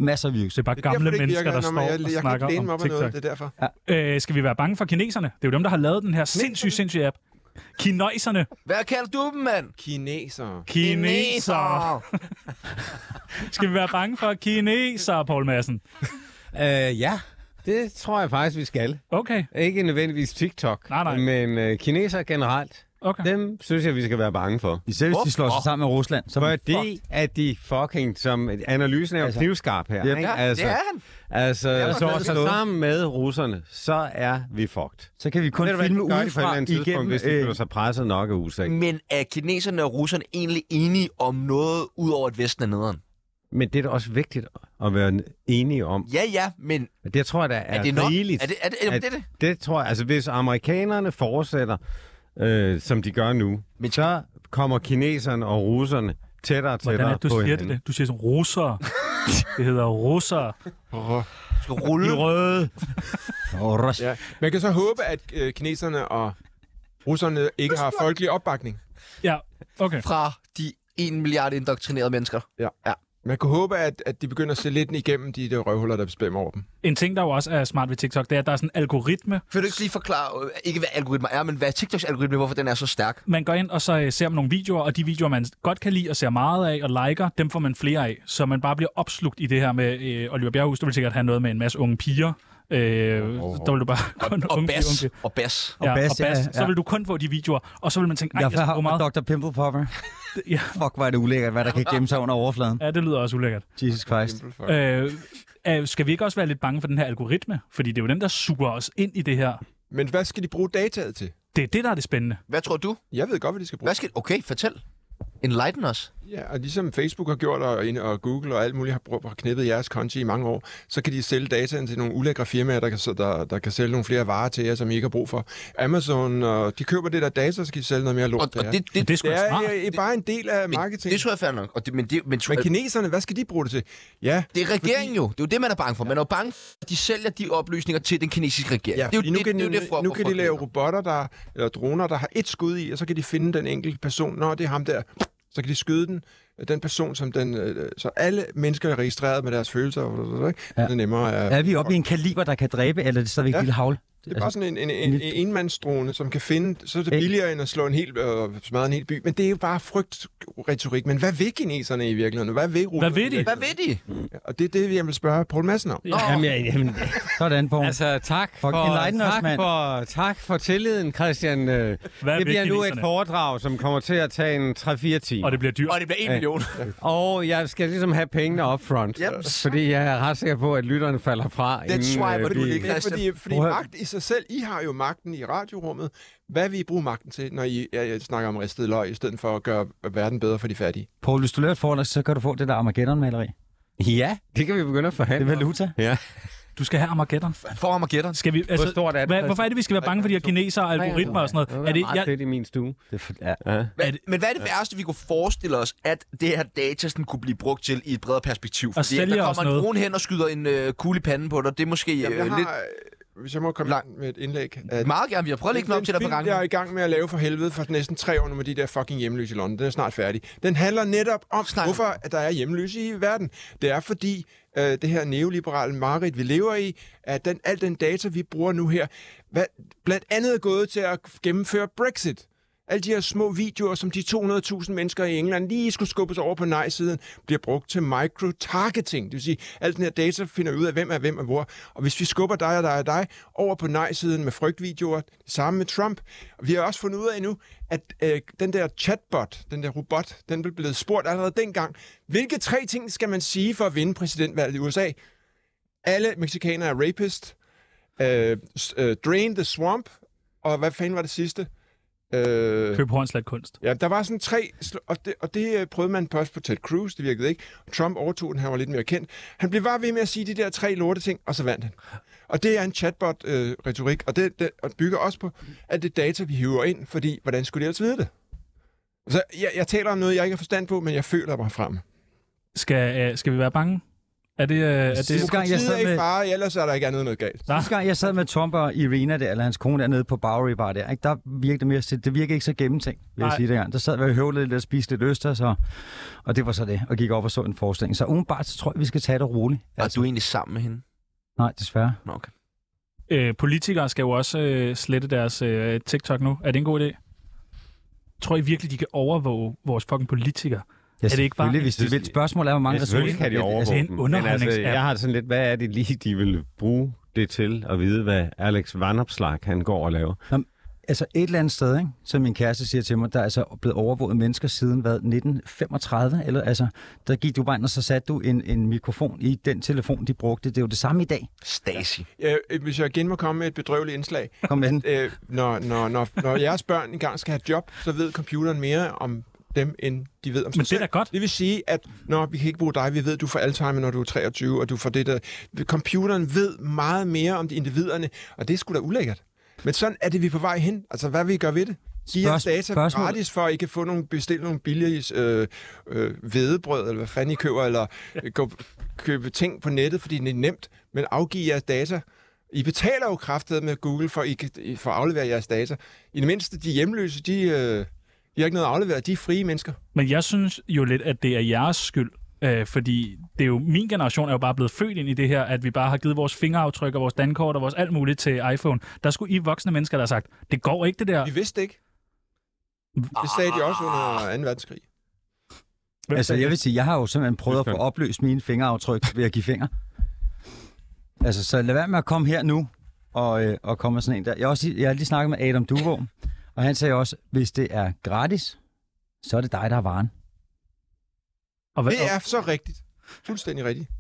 Masser af views.
Det er bare
Det er derfor,
gamle
det ikke
mennesker, der
virker, når
står
man-
og
jeg, jeg,
snakker
kan ikke læne mig
om
op ad
TikTok.
noget, det er derfor.
Øh, skal vi være bange for kineserne? Det er jo dem, der har lavet den her sindssyge, sindssyge app. Kineserne.
Hvad kalder du dem, mand?
Kinesere.
Kineser. Skal vi være bange for kineser, Poul Madsen?
Øh, ja, det tror jeg faktisk, vi skal.
Okay,
Ikke nødvendigvis TikTok,
Nej, nej.
men øh, kineser generelt.
okay.
Dem synes jeg, vi skal være bange for.
Især hvis de slår sig sammen med Rusland, så er de
Fordi at de fucking, som analysen er jo
Altså.
knivskarp her.
Ja,
ikke?
Ja,
altså,
det er han.
altså,
er
altså,
godt
så
forstået.
sammen med russerne, så er vi fucked.
Så kan vi kun
Ved du hvad,
filme
det gør de på et eller
udefra
andet tidspunkt,
igennem...
hvis de føler
Øh,
sig presset nok af USA.
Men er kineserne og russerne egentlig enige om noget, udover at Vesten er nederen?
Men det er da også vigtigt at være enige om.
Ja, ja, men
Det tror jeg da er,
er det nok?
rigeligt.
Er det, er det, jamen,
At-
det, er det?
Det tror jeg, altså hvis amerikanerne fortsætter, øh, som de gør nu,
Men-
Men... så kommer kineserne og russerne tættere og
Hvordan
tættere
er det, du
på
siger det?
hinanden.
der? Du siger sådan, russere. Det hedder russere.
Skal rulle?
røde.
åh, Rus-
Ja. Man kan så håbe, at øh, kineserne og russerne ikke har folkelig opbakning.
Ja, okay.
fra de 1 milliard indoktrinerede mennesker.
Man kan håbe, at, at de begynder at se lidt igennem de der røvhuller, der bestemmer over dem.
En ting, der jo også er smart ved TikTok, det er, at der er sådan en algoritme.
Vil du ikke lige forklare, øh, ikke hvad algoritmer er, men hvad er TikToks algoritme, hvorfor den er så stærk?
Man går ind, og så øh, ser man nogle videoer, og de videoer, man godt kan lide og ser meget af og liker, dem får man flere af. Så man bare bliver opslugt i det her med øh, Oliver Bjerghus. Du vil sikkert have noget med en masse unge piger. Øh, Der vil du bare kun
Og
unge piger, unge
bas.
piger.
Og bas.
Og bas,
ja, og bas.
ja,
Så
ja.
vil du kun få de videoer, og så vil man tænke, ej,
Jeg
jeg skal
har
bruge meget.
meget... Dr. Pimple (laughs) Popper.
Ja.
Fuck, hvor er det ulækkert, hvad der kan gemme sig under overfladen.
Ja, det lyder også ulækkert.
Jesus Christ.
Øh, øh, skal vi ikke også være lidt bange for den her algoritme? Fordi det er jo den, der suger os ind i det her.
Men hvad skal de bruge dataet til?
Det er det, der er det spændende.
Hvad tror du?
Jeg ved godt, hvad de skal bruge.
Hvad skal... Okay, fortæl. Enlighten os.
Ja, og ligesom Facebook har gjort, og, og Google og alt muligt har, brugt, har knippet jeres konti i mange år, så kan de sælge dataen til nogle ulækre firmaer, der kan, så- der, der kan sælge nogle flere varer til jer, som I ikke har brug for. Amazon, og de køber det der data, så skal de sælge noget mere lort
Og,
til
og
jer.
det, det,
Det er sgu
det
da
er
smart.
øh, øh, bare en del af
men,
marketing.
det tror jeg er fair nok. Og det, men det, men,
Men kineserne, hvad skal de bruge det til? Ja,
Det er regeringen jo. Det er jo det, man er bange for. Man er jo bange for, at de sælger de oplysninger til den kinesiske regering.
ja
det er jo
fordi nu
det,
kan,
det, er jo
de,
det, for,
nu kan
for-
de lave robotter, der, eller droner, der har et skud i, og så kan de finde den enkelte person. Nå, det er ham der. Så kan de skyde den, den person, som den... øh, Så alle mennesker er registreret med deres følelser, og ikke? Ja. det er nemmere at...
Er vi oppe i en kaliber, der kan dræbe, eller er det stadigvæk ja.
Ja.
lille havl?
Det er altså- bare sådan en, en, en, en enmandsdrone, som kan finde... Så er det billigere end at slå en hel, øh, smadre en hel by. Men det er jo bare frygtretorik. Men hvad vil kineserne i virkeligheden? Hvad vil russerne?
Hvad vil de?
i virkeligheden?
Hvad ved de?
Ja, Og det er det, jeg vil spørge Poul Madsen om.
Nå,
Jamen, jeg, jamen,
Sådan, Poul. Altså,
altså, tak for,
enlighten us,
tak,
mand.
for, tak for tilliden, Christian. Øh,
vil
det bliver nu et
kineserne?
foredrag, som kommer til at tage en 3-4 timer.
Og det bliver dyrt.
Og det bliver 1 million.
Og jeg skal ligesom have pengene up front,
Yep.
fordi jeg er ret sikker på, at lytterne falder fra. øh,
Den swiper du
de-
ikke.
Det er fordi, fordi
Prøv at-
magt i sig selv, I har jo magten i radiorummet. Hvad vil I bruge magten til, når I ja, snakker om ristet løg, i stedet for at gøre verden bedre for de fattige?
Poul, hvis du laver et forhold, så kan du få det der Armageddon-maleri.
Ja, det kan vi begynde at
Det
forhandle.
er valuta.
Du skal have Armageddon.
For ham og gætter.
Skal vi, altså,
Hvor stort er det?
Hvad, hvorfor er det, vi skal være bange for de her kinesere og algoritmer og sådan
Det
noget? Er det,
meget
jeg,
fedt i min stue.
Det er for, ja.
Ja.
Er det-
Men hvad er det værste, vi kunne forestille os, at det her data sådan, kunne blive brugt til i et bredere perspektiv? Fordi
sælge
der
os
kommer en
noget.
drone hen og skyder en øh, kugle i panden på dig. Det er måske
Jamen,
øh,
jeg
lidt...
har, øh, hvis jeg må komme ind med et indlæg. At
Meget gerne, vi har prøvet at lægge den op til dig på
film,
gangen.
jeg er i gang med at lave for helvede for næsten tre år nu med de der fucking hjemløse i London. Den er snart færdig. Den handler netop om,
Snak.
Snak. hvorfor at der er hjemløse i verden. Det er fordi øh, det her neoliberale mareridt, vi lever i, at den, al den data, vi bruger nu her, hvad, blandt andet er gået til at gennemføre Brexit. Alle de her små videoer, som de 200.000 mennesker i England lige skulle skubbes over på nej-siden, bliver brugt til microtargeting. Det vil sige, alt den her data finder ud af, hvem er hvem og hvor. Og hvis vi skubber dig og dig og dig over på nej-siden med frygtvideoer, det samme med Trump. Og Vi har også fundet ud af nu, at øh, den der chatbot, den der robot, den blev blevet spurgt allerede dengang, hvilke tre ting skal man sige for at vinde præsidentvalget i USA? Alle mexikanere er rapist. Øh, s- øh, drain the swamp. Og hvad fanden var det sidste? Øh,
køb hornslat kunst.
Ja, der var sådan tre, sl- og det, og det øh, prøvede man først på Ted Cruz, det virkede ikke. Trump overtog den, han var lidt mere kendt. Han blev bare ved med at sige de der tre lorte ting, og så vandt han. Og det er en chatbot-retorik, og det, det og bygger også på, at det er data, vi hiver ind, fordi hvordan skulle de ellers vide det? Så jeg, jeg taler om noget, jeg ikke har forstand på, men jeg føler mig frem.
Skal, øh, skal vi være bange? Er det... Øh, er det
Sidste gang, jeg
Tid er
sad
i
med,
fare, ellers er der ikke andet noget galt.
Sidste gang jeg sad med Trump og Irina der, eller hans kone dernede på Bowery Bar der, ikke? der virkede det mere, stille. det virkede ikke så gennemtænkt, vil jeg
Nej.
sige det her. Der sad vi og høvlede lidt og spiste lidt østers, og, og det var så det, og gik op og så en forestilling. Så umiddelbart så tror jeg, vi skal tage det roligt.
Er du egentlig sammen med hende?
Nej, desværre.
Nå, okay.
øh, politikere skal jo også øh, slette deres øh, TikTok nu. Er det en god idé? Tror I virkelig, de kan overvåge vores fucking politikere?
Ja,
Er det ikke bare-
selvfølgelig, Hvis det vil. Spørgsmålet er, hvor mange
Ja, selvfølgelig kan de
Altså,
overvåge
en
dem.
underholdnings-
altså, jeg har sådan lidt, hvad er det lige, de vil bruge det til at vide, hvad Alex Vanopslag han går og laver?
altså et eller andet sted, ikke? som min kæreste siger til mig, der er altså blevet overvåget mennesker siden hvad, 1935, eller altså, der gik du bare ind, og så satte du en, en mikrofon i den telefon, de brugte. Det er jo det samme i dag.
Stasi.
Jeg, øh, hvis jeg igen må komme med et bedrøveligt indslag,
(laughs)
Kom med den.
øh, når, når, når, når jeres børn engang skal have job, så ved computeren mere om dem, end de ved om sig
Men det er da
selv.
godt.
Det vil sige, at når vi kan ikke bruge dig, vi ved, du får Alzheimer, når du er 23, og du får det der... Computeren ved meget mere om de individerne, og det er sgu da ulækkert. Men sådan er det, vi er på vej hen. Altså, hvad vil I gøre ved det? Giv jeres
Spørgsmål-
data
spørgsmål-
gratis, for at I kan få nogle, bestille nogle billige øh, øh, vedebrød, eller hvad fanden I køber, eller øh, gå, købe ting på nettet, fordi det er nemt, men afgiv jeres data. I betaler jo kraftet med Google, for, I kan, I- for at aflevere jeres data. I det mindste, de hjemløse, de, øh, de har ikke noget at aflevere. De er frie mennesker.
Men jeg synes jo lidt, at det er jeres skyld. Øh, fordi det er jo, min generation er jo bare blevet født ind i det her, at vi bare har givet vores fingeraftryk og vores dankort og vores alt muligt til iPhone. Der skulle I voksne mennesker, der har sagt, det går ikke det der.
Vi vidste ikke. Det sagde de også under 2. verdenskrig.
Hvem
Altså,
sagde
jeg
det?
vil sige, jeg har jo simpelthen prøvet at få opløst mine fingeraftryk ved at give fingre. Altså, så lad være med at komme her nu og, øh, og komme med sådan en der. Jeg, har også, jeg har lige snakket med Adam Duvo, og han sagde også, hvis det er gratis, så er det dig, der har varen.
Og hvad,
Det er så rigtigt. Fuldstændig rigtigt.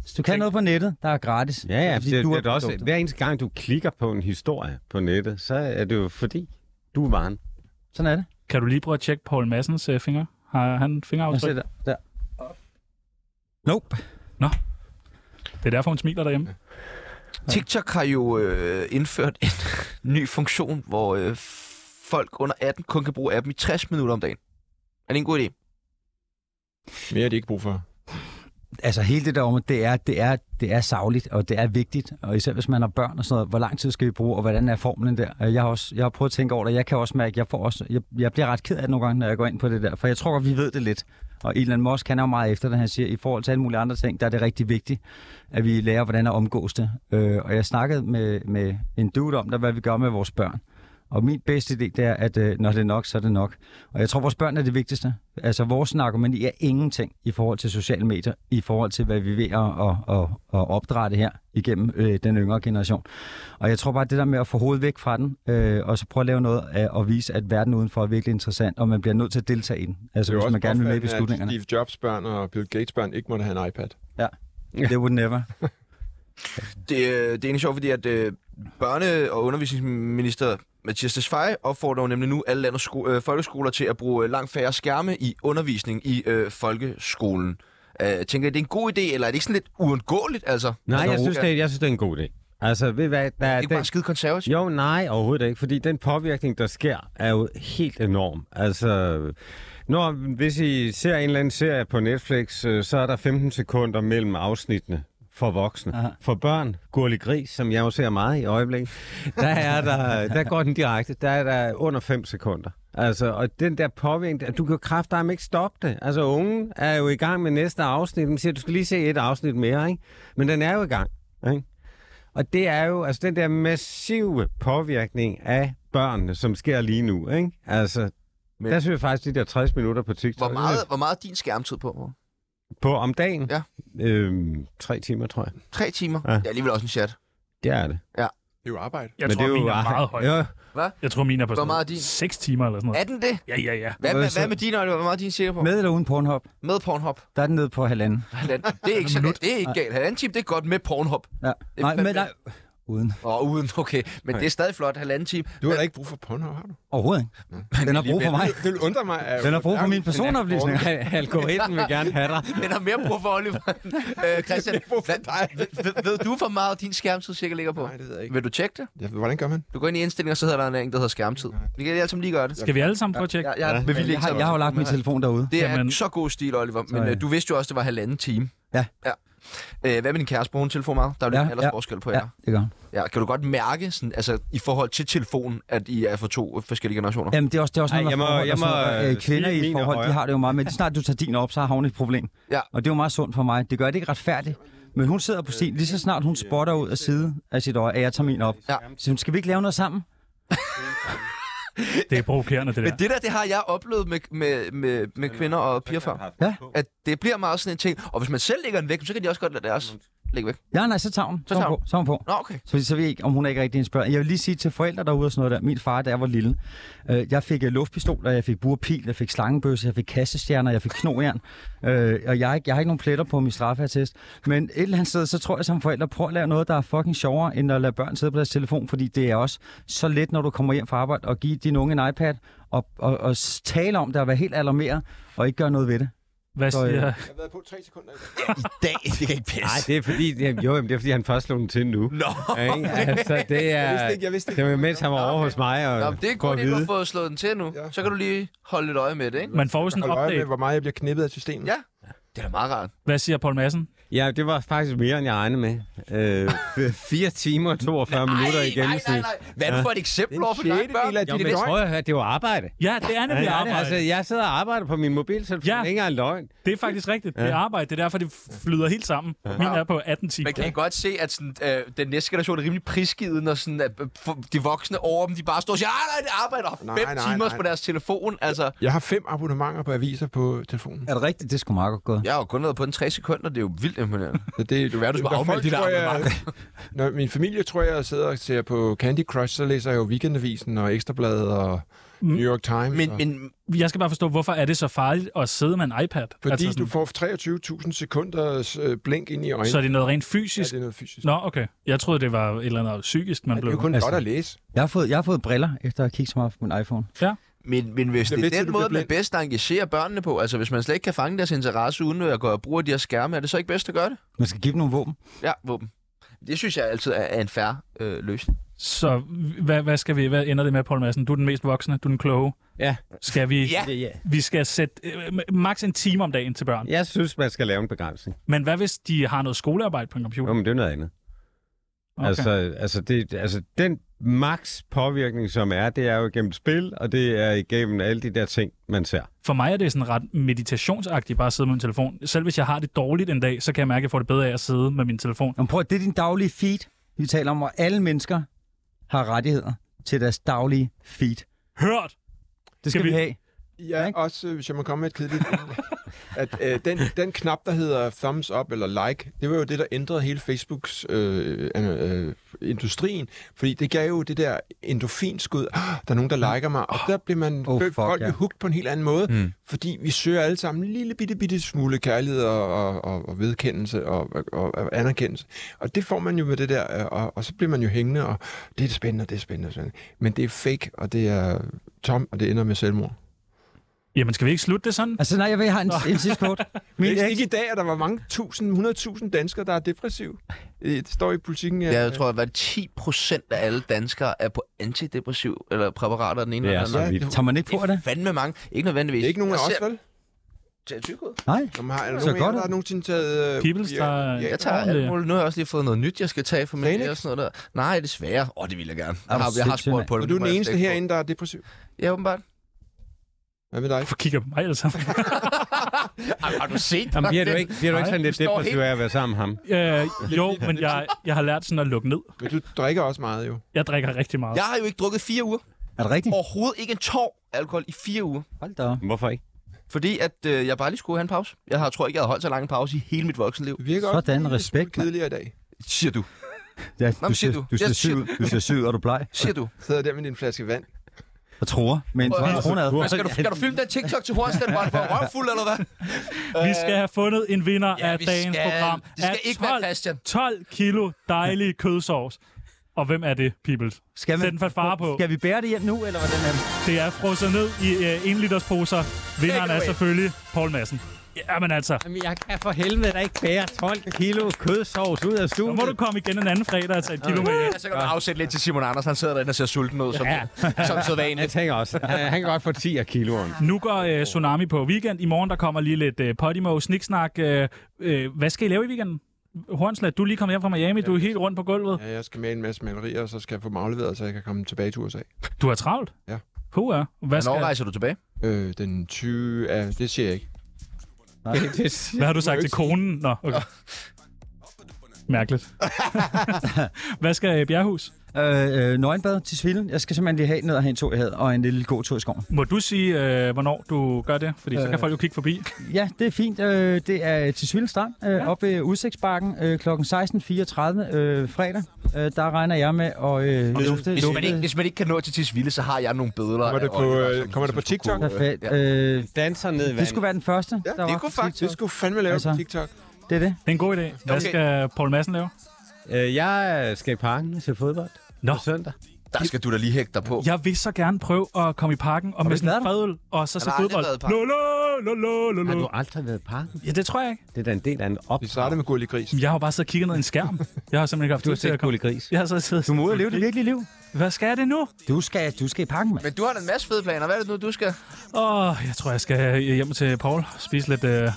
Hvis du kan noget på nettet, der er gratis.
Ja, ja,
fordi
det,
du
det, er da også,
produktet.
hver eneste gang, du klikker på en historie på nettet, så er det jo fordi, du er varen.
Sådan er det.
Kan du lige prøve at tjekke Paul Massens øh, fingre? Har han
Jeg
fingeraftryk?
ser der. der. Nope. Altså-
Det er derfor, hun smiler derhjemme.
TikTok har jo øh, indført en (laughs) ny funktion, hvor øh, folk under 18 kun kan bruge appen i 60 minutter om dagen. Er det en god idé?
Mere er de ikke brug for.
Altså hele det der om, at det er, det, er, det er savligt, og det er vigtigt, og især hvis man har børn og sådan noget, hvor lang tid skal vi bruge, og hvordan er formlen der? Øh, Jeg har, også, jeg har prøvet at tænke over det, jeg kan også mærke, jeg, får også, jeg, jeg bliver ret ked af det nogle gange, når jeg går ind på det der, for jeg tror godt, vi ved det lidt. Og Elon Musk, han er jo meget efter det, han siger, i forhold til alle mulige andre ting, der er det rigtig vigtigt, at vi lærer, hvordan at omgås det. Øh, og jeg snakkede med, med en dude om, der, hvad vi gør med vores børn. Og min bedste idé, det er, at øh, når det er nok, så er det nok. Og jeg tror, vores børn er det vigtigste. Altså, vores narkomani er ingenting i forhold til sociale medier, i forhold til, hvad vi er ved at, at, at, at opdrætte her igennem øh, den yngre generation. Og jeg tror bare, det der med at få hovedet væk fra den, øh, og så prøve at lave noget af, og vise, at verden udenfor er virkelig interessant, og man bliver nødt til at deltage i den. Altså, hvis man gerne vil med i
at
beslutningerne.
Steve Jobs børn og Bill Gates børn ikke måtte have en iPad.
Det would never.
Det, øh, det er egentlig sjovt, fordi at øh, børne- og undervisningsminister Mathias Tesfaye opfordrer jo nemlig nu alle landets sko- øh, folkeskoler til at bruge øh, langt færre skærme i undervisning i øh, folkeskolen. Øh, tænker I, det er en god idé, eller er det ikke sådan lidt uundgåeligt? Altså?
Nej,
altså,
jeg synes,
Roka-
det, jeg synes, det er en god idé. Altså, ved I hvad, der
Det er
er
ikke bare
den...
skide konservativt.
Jo, nej, overhovedet ikke, fordi den påvirkning, der sker, er jo helt enorm. Altså, når, hvis I ser en eller anden serie på Netflix, øh, så er der 15 sekunder mellem afsnittene for voksne.
Aha.
Aha. For børn, Gurli Gris, som jeg jo ser meget i øjeblikket, der, er der, der går den direkte, der er der under 5 sekunder. Altså, og den der påvirkning, du kan jo kraftedeme ikke stoppe det. Altså, ungen er jo i gang med næste afsnit. Den siger, du skal lige se et afsnit mere, ikke? Men den er jo i gang, ikke? Og det er jo altså den der massive påvirkning af børnene, som sker lige nu, ikke? Altså,
Men-
Men... der synes jeg faktisk, de der 60 minutter på TikTok...
Hvor meget,
det
hvor meget er din skærmtid på? Mor?
er På om dagen?
Ja.
Øhm, tre timer, tror jeg.
Tre timer? Ja.
Ja.
Det er alligevel også en chat.
Det er det.
Det er jo arbejde.
Jeg
Men
tror,
det er jo
min er meget
bare-
høj.
Ja.
Jeg tror, min er på
Hvor
sådan
meget er din?
6 timer eller sådan noget.
Er den det?
Ja, ja, ja.
Hvad,
Hvad
hvad,
så?
hvad med dine øjne? Hvor meget er din sikker på? Med,
Med eller uden Pornhub,
med Pornhub?
der er den nede på halvanden.
Halvanden. Det er ikke, så, det er ikke galt. Halvanden time, det er godt med Pornhub.
Ja.
er
Nej,
fandme-
men nej. Uden.
Og uden, okay. Men det er stadig flot, halvanden time.
Du har da ikke brug for Pornhub, har du?
Overhovedet
Mm.
ikke. Den har brug for mig.
Det vil undre mig. at-
Den har brug for mine personoplysninger.
Algoritmen vil gerne
(laughs)
have dig.
Den har mere brug for Oliver
(laughs)
end øh, Christian. Hvad, ved, ved, ved du, hvor meget din skærmtid cirka ligger på?
Nej, det ved jeg ikke.
Vil du tjekke det?
Ja, hvordan gør man?
Du går ind i indstillinger, så hedder der en anden, der hedder skærmtid. Vi kan alle sammen lige gøre det.
Skal vi alle sammen prøve at tjekke?
Jeg, jeg, men vi
Jeg
lægger
har,
sammen.
jeg har jo lagt min telefon derude.
Det er Jamen.
Jamen.
så god stil, Oliver. Men
ja.
øh, du vidste jo også, det var halvanden time.
Ja.
ja. Øh, hvad med din kæreste? Bruger hun telefon meget? Der er jo lidt
Ja,
aldersforskel på jer.
Ja, det gør hun.
Ja, kan du godt mærke, sådan, altså, i forhold til telefonen, at I er fra to forskellige generationer?
Jamen, det er også, det er også
Ej,
noget,
jeg
med
må-
forhold og
jeg må,
sådan noget.
øh,
Øh, kvinder
sige
i
min er
forhold, de
højere.
har det jo meget, men lige snart du tager din op, så har hun et problem.
Ja.
Og det er jo meget sundt for mig. Det gør det ikke retfærdigt. Men hun sidder på sin, lige så snart hun spotter ud af side af sit øje, at jeg tager min op.
Ja.
Så hun, skal vi ikke lave noget sammen?
Det er provokerende, det der.
Men det der, det har jeg oplevet med, med, med, med kvinder og piger før.
Ja.
At det bliver meget sådan en ting. Og hvis man selv lægger den væk, så kan de også godt lade deres lægge væk.
Ja, nej, så tager hun. Så,
tager
er hun
hun.
på. Så er hun på.
Nå, okay.
Så, så ved jeg ikke, om hun er ikke rigtig inspireret. Jeg vil lige sige til forældre derude og sådan noget der. Min far, der jeg var lille, øh, jeg fik øh, luftpistoler, jeg fik burpil, jeg fik slangebøsse, jeg fik kastestjerner, jeg fik knojern. Øh, og jeg har, ikke, jeg har ikke nogen pletter på min straffatest. Men et eller andet sted, så tror jeg som forældre, prøv at lave noget, der er fucking sjovere, end at lade børn sidde på deres telefon. Fordi det er også så let, når du kommer hjem fra arbejde, og give din unge en iPad, og, og, og s- tale om det og være helt alarmeret, og ikke gøre noget ved det.
Hvad
Så, øh,
siger
Jeg har været på tre sekunder.
I dag, det kan ikke pisse.
Nej, det er fordi, det er, jo, jamen, det er fordi, han først slog den til nu.
Nå.
Ikke? Altså, det er...
Jeg vidste ikke, jeg vidste
Det var mens han var over hos mig og
Nå, men det er
går
godt, at du
videre.
har fået slået den til nu.
Ja.
Så kan du lige holde lidt øje med det, ikke?
Man får jo sådan en
Hold øje med,
update.
hvor meget jeg bliver knippet af systemet.
Ja. Det er da meget rart.
Hvad siger Paul Madsen?
Ja, det var faktisk mere, end jeg regnede med. Øh, f- fire timer og 42 minutter i
nej,
gennemsnit.
nej, nej. Hvad er det for et
Det
eksempel
er
over
en
for dig,
sjette
børn?
del af
Jo,
dit
men
døgn.
prøv at høre, det er jo arbejde.
Ja, det er nemlig
Ja, det er det.
arbejde.
Altså, jeg sidder og arbejder på min mobiltelefon.
Ja.
Ja. Ikke engang løgn.
Det er faktisk rigtigt. Det er arbejde. Det er derfor, det flyder helt sammen. Min er på 18 timer.
Man kan godt se, at sådan, øh, den næste generation er rimelig prisgivet, når sådan, at, øh, f- de voksne over dem, de bare står og siger, "Ej, nej, det arbejder
Nej,
fem
nej,
timer
nej.
på deres telefon. Altså,
Jeg har fem abonnementer på aviser på telefonen.
Er det rigtigt? Det skulle meget godt gået.
jeg har jo kun været på den tre sekunder, det er jo vildt imponerende.
Så det,
Det er værd, du skulle afmelde dit abonnement.
(laughs) Når min familie tror jeg sidder og ser på Candy Crush, så læser jeg jo Weekendavisen og Ekstrabladet og New York Times.
Men,
og,
men
Jeg skal bare forstå, hvorfor er det så farligt at sidde med en iPad? Altså,
fordi
sådan,
du får 23.000 sekunders øh, blink ind i øjnene.
Så er det noget rent
Ja,
fysisk?
det er noget fysisk.
Nå, okay. Jeg troede, det var et eller andet psykisk,
Ja,
man
det
blev...
er jo kun
Altså-
godt at læse.
Jeg har fået, jeg har fået briller, efter at have kigget så meget på min iPhone.
Men, men hvis
Ja,
det
hvis du
er den
bliver
måde, man
blind.
bedst engagerer børnene på, altså hvis man slet ikke kan fange deres interesse uden at gå og bruge de her skærme, er det så ikke bedst at gøre det?
Man skal give dem nogle våben.
Ja, våben. Det synes jeg altid er, er en færre øh, løsning.
Så hvad, hvad, skal vi, hvad ender det med, Poul Madsen? Du er den mest voksne, du er den kloge.
Ja.
Skal vi,
Ja.
Det, ja.
vi skal sætte øh, maks en time om dagen til børn.
Jeg synes, man skal lave en begrænsning.
Men hvad hvis de har noget skolearbejde på en
Jo,
computer?
men det er noget andet. Okay. Altså, altså, det, altså, den max påvirkning, som er, det er jo igennem spil, og det er igennem alle de der ting, man ser.
For mig er det sådan ret meditationsagtigt bare at sidde med min telefon. Selv hvis jeg har det dårligt en dag, så kan jeg mærke, at jeg får det bedre af at sidde med min telefon.
Jamen, prøv, at- det er din daglige feed. Vi taler om, at alle mennesker har rettigheder til deres daglige feed.
Hørt!
Det skal, skal
vi-
vi have.
Ja,
ikke?
også øh, hvis jeg må komme med et kedeligt
(laughs)
indlæg, at øh, den, den knap, der hedder thumbs up eller like, det var jo det, der ændrede hele Facebooks øh, øh, øh, industrien, fordi det gav jo det der endorfinskud, ah, der er nogen, der liker mig, og der blev man
Oh,
oh,
fuck,
fuck, folk
ja.
ja. hugt på en helt anden måde, mm. fordi vi søger alle sammen en lille bitte, bitte smule kærlighed og, og, og, og vedkendelse og, og, og anerkendelse, og det får man jo med det der, øh, og, og så bliver man jo hængende, og det er spændende, og det er spændende, og spændende. men det er fake, og det er tom, og det ender med selvmord.
Jamen, skal vi ikke slutte det sådan?
Altså, nej, jeg vil have en, en sidste kort.
Min det er ikke i dag, at der var mange tusind, 100.000 danskere, der er depressive. Øh, Det står i politikken.
Ja, jeg tror, at hver 10 procent af alle danskere er på antidepressiv eller præparater af den ene
Det
eller
er
den
så
anden.
vildt.
Tager man ikke på
Det
det?
er fandme mange. Ikke nødvendigvis.
det er ikke nogen af
Jeg
os,
ser-
vel?
tager jeg tyggegummi?
Nej.
Som har, er der
Så
nogen af jer,
godt,
der har
at-
nogensinde taget... Øh,
Peoples, der...
ja,
Jeg tager alt muligt. Nu har jeg også lige fået noget nyt, jeg skal tage for min
Xanax?
læge og sådan noget der. Nej, desværre. Åh, oh, det vil jeg gerne. Jeg
du
har, jeg har
sindssyg,
spurgt
mand.
på det.
Og du er
men
den
jeg
eneste
slet ikke
herinde, der er depressiv.
spurgt. Ja, åbenbart.
Hvad med dig?
Hvorfor kigger du på mig
(laughs)
altså?
Ej, har du set
Jamen,
mig?
bliver du ikke, bliver du ikke
Nej,
sådan lidt
står
depressiv af at være sammen med ham?
øh, jo, men jeg, jeg har lært sådan at lukke ned.
Men du drikker også meget, jo.
Jeg drikker rigtig meget.
Jeg har jo ikke drukket fire uger.
Er det rigtigt?
Overhovedet ikke en tår alkohol i fire uger.
Hold da op.
Hvorfor ikke?
Fordi at øh, jeg bare lige skulle have en pause. Jeg har, tror ikke, jeg har holdt så lang en pause i hele mit voksenliv.
Det virker også
Sådan,
en lille
respekt,
smule kedeligere i dag.
Siger du.
Ja,
Nå,
du,
men siger
ser,
du.
du.
Ja, siger
ser syg, ud. du ser syg, ud, og du plejer.
Siger du.
Sidder der med din flaske vand.
Og tror med en
Prøv at høre.
tronad.
Hvad, Skal du, skal du filme den TikTok til hurtigt, den var for røvfuld, eller hvad?
Vi skal have fundet en vinder
ja,
af
vi
dagens
skal.
program.
Det skal
af
ikke være Christian.
12 kilo dejlig kødsovs. Og hvem er det, Peoples?
Skal
Sæt den for far på.
Skal vi bære det hjem nu, eller hvordan er det?
Det er frosset ned i øh, en liters poser. Vinderen er
Takeaway.
selvfølgelig Poul Madsen. Jamen altså,
Jamen, jeg kan for helvede da ikke bære 12 kilo kødsovs ud af
så
stuen.
må du komme igen en anden fredag og tage et kilo med. hjem.
Ja, så kan du afsætte lidt til Simon Andersen. Han sidder derinde og ser sulten ud, som, ja. (laughs) som
Jeg
sædvanligt.
tænker også, han, han kan godt få 10 af kiloen.
Nu går øh, Tsunami på weekend. I morgen der kommer lige lidt øh, Podimo, sniksnak. Øh, øh, hvad skal I lave i weekenden? Hornslet, du er lige kommet hjem fra Miami. Du er helt rundt på gulvet.
Ja, jeg skal med en masse malerier, og så skal jeg få dem afleveret, så jeg kan komme tilbage til USA.
Du har travlt?
Ja.
Puh, ja. Hvad,
Hvornår
skal,
rejser du tilbage?
Øh, den 20... Ja, det siger jeg ikke.
hvad har du sagt til konen? Nå,
(laughs)
okay. Mærkeligt. hvad skal øh, Bjerghus?
Øh, øh, nøgenbad til svilden. Jeg skal simpelthen lige have noget at have en tur i had, og en lille god tur i skoven.
Må du sige, øh, hvornår du gør det? Fordi øh. så kan
Øh.
folk jo kigge forbi.
Ja, det er fint. Øh, det er til Svilden Strand, øh, ja. oppe ved Udsigtsbakken, øh, kl. 16.34 øh, fredag. Øh, der regner jeg med at øh, lufte.
Hvis man, ikke,
lufte.
hvis man ikke kan nå til Tisvilde, så har jeg nogle billeder.
Kommer det
af
på,
Oliver,
øh,
som-
kommer det på
som skulle
TikTok?
kunne-
Perfekt.
Ja.
Øh,
Danser ned i
det
vandet.
skulle være den første, ja, der
det
var
kunne
på
faktisk-
Det
TikTok.
skulle fandme lave
Altså.
på TikTok.
Det er det.
Det er en god idé. Hvad
Okay.
skal Poul Madsen lave?
Øh, jeg skal i parken og se fodbold
Nå.
på søndag.
Der skal du da lige hægte dig på.
Jeg vil så gerne prøve at komme i parken og med
du
sådan en
ikke
fadøl, og så se
har aldrig
fodbold.
været i
Lo,
parken.
lo, lo, lo,
Har
lo,
du
lo.
aldrig været i parken?
Ja, det tror jeg ikke.
Det er da en del af en op.
Vi starter med Gulli Gris.
Jeg har jo bare siddet og kigget ned i en skærm. Jeg har simpelthen ikke haft
Du har
tid til
set
at komme.
Gulli Gris.
Jeg har så siddet.
Du må ud og leve det virkelige liv.
Hvad skal jeg det nu?
Du skal, du skal i parken, mand.
Men du har da en masse fede planer. Hvad er det nu, du skal?
Åh, oh, jeg tror, jeg skal hjem til Paul. Spise lidt... Øh... Der,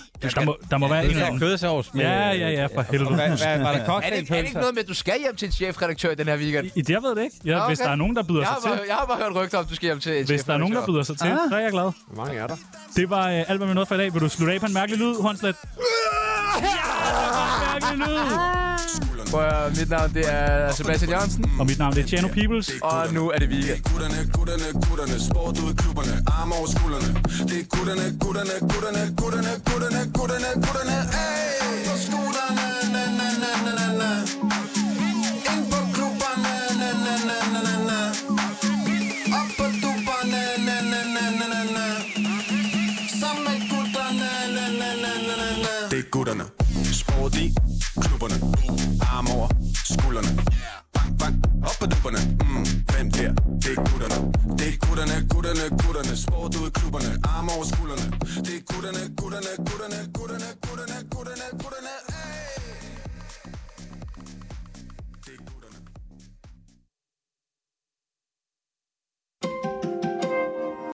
må, der må være en eller anden...
kødsovs med...
Ja, ja, ja, for helvede.
Hvad, hvad, var der
Er det, ikke, er det ikke
cocktailpølser?
noget med, at du skal hjem til en chefredaktør i den her weekend?
I- Jeg ved det ikke. Jeg,
Nå,
okay. Hvis
okay.
der er nogen, der byder
Jeg har,
sig
bare,
til.
jeg har bare hørt rygter om, at du skal hjem til en
Hvis der er nogen, der byder sig til, så er jeg glad.
Hvor mange er der?
Det var øh, alt, hvad vi nåede for i dag. Vil du slutte af på en mærkelig lyd, Hornslet? Ja, det var en mærkelig lyd!
Prøv, mit navn det er Sebastian Jørgensen,
Og mit navn det er Tjano Peoples.
og nu er det weekend.
Gutterne, gutterne, gutterne, sport ud i klubberne, arme over skuldrene. Det er gutterne, gutterne, gutterne, gutterne, gutterne, gutterne, gutterne, ey! På skolerne, na, na, na, na, na, na. Ind på klubberne, na, na, na, na, na, na. Op på dupperne, na, na, na, na, na, na. Sammen med gutterne, na, na, na, na, na, na. Det er gutterne, sport i klubberne, arme over skuldrene. Bang, bang, op på dupperne. Mm, hvem der? Det er gutterne. Det er gutterne. gutterne, gutterne, gutterne Sport ud i klubberne, arme over skuldrene Det er gutterne, gutterne, gutterne, gutterne, gutterne, gutterne, gutterne, gutterne, ey.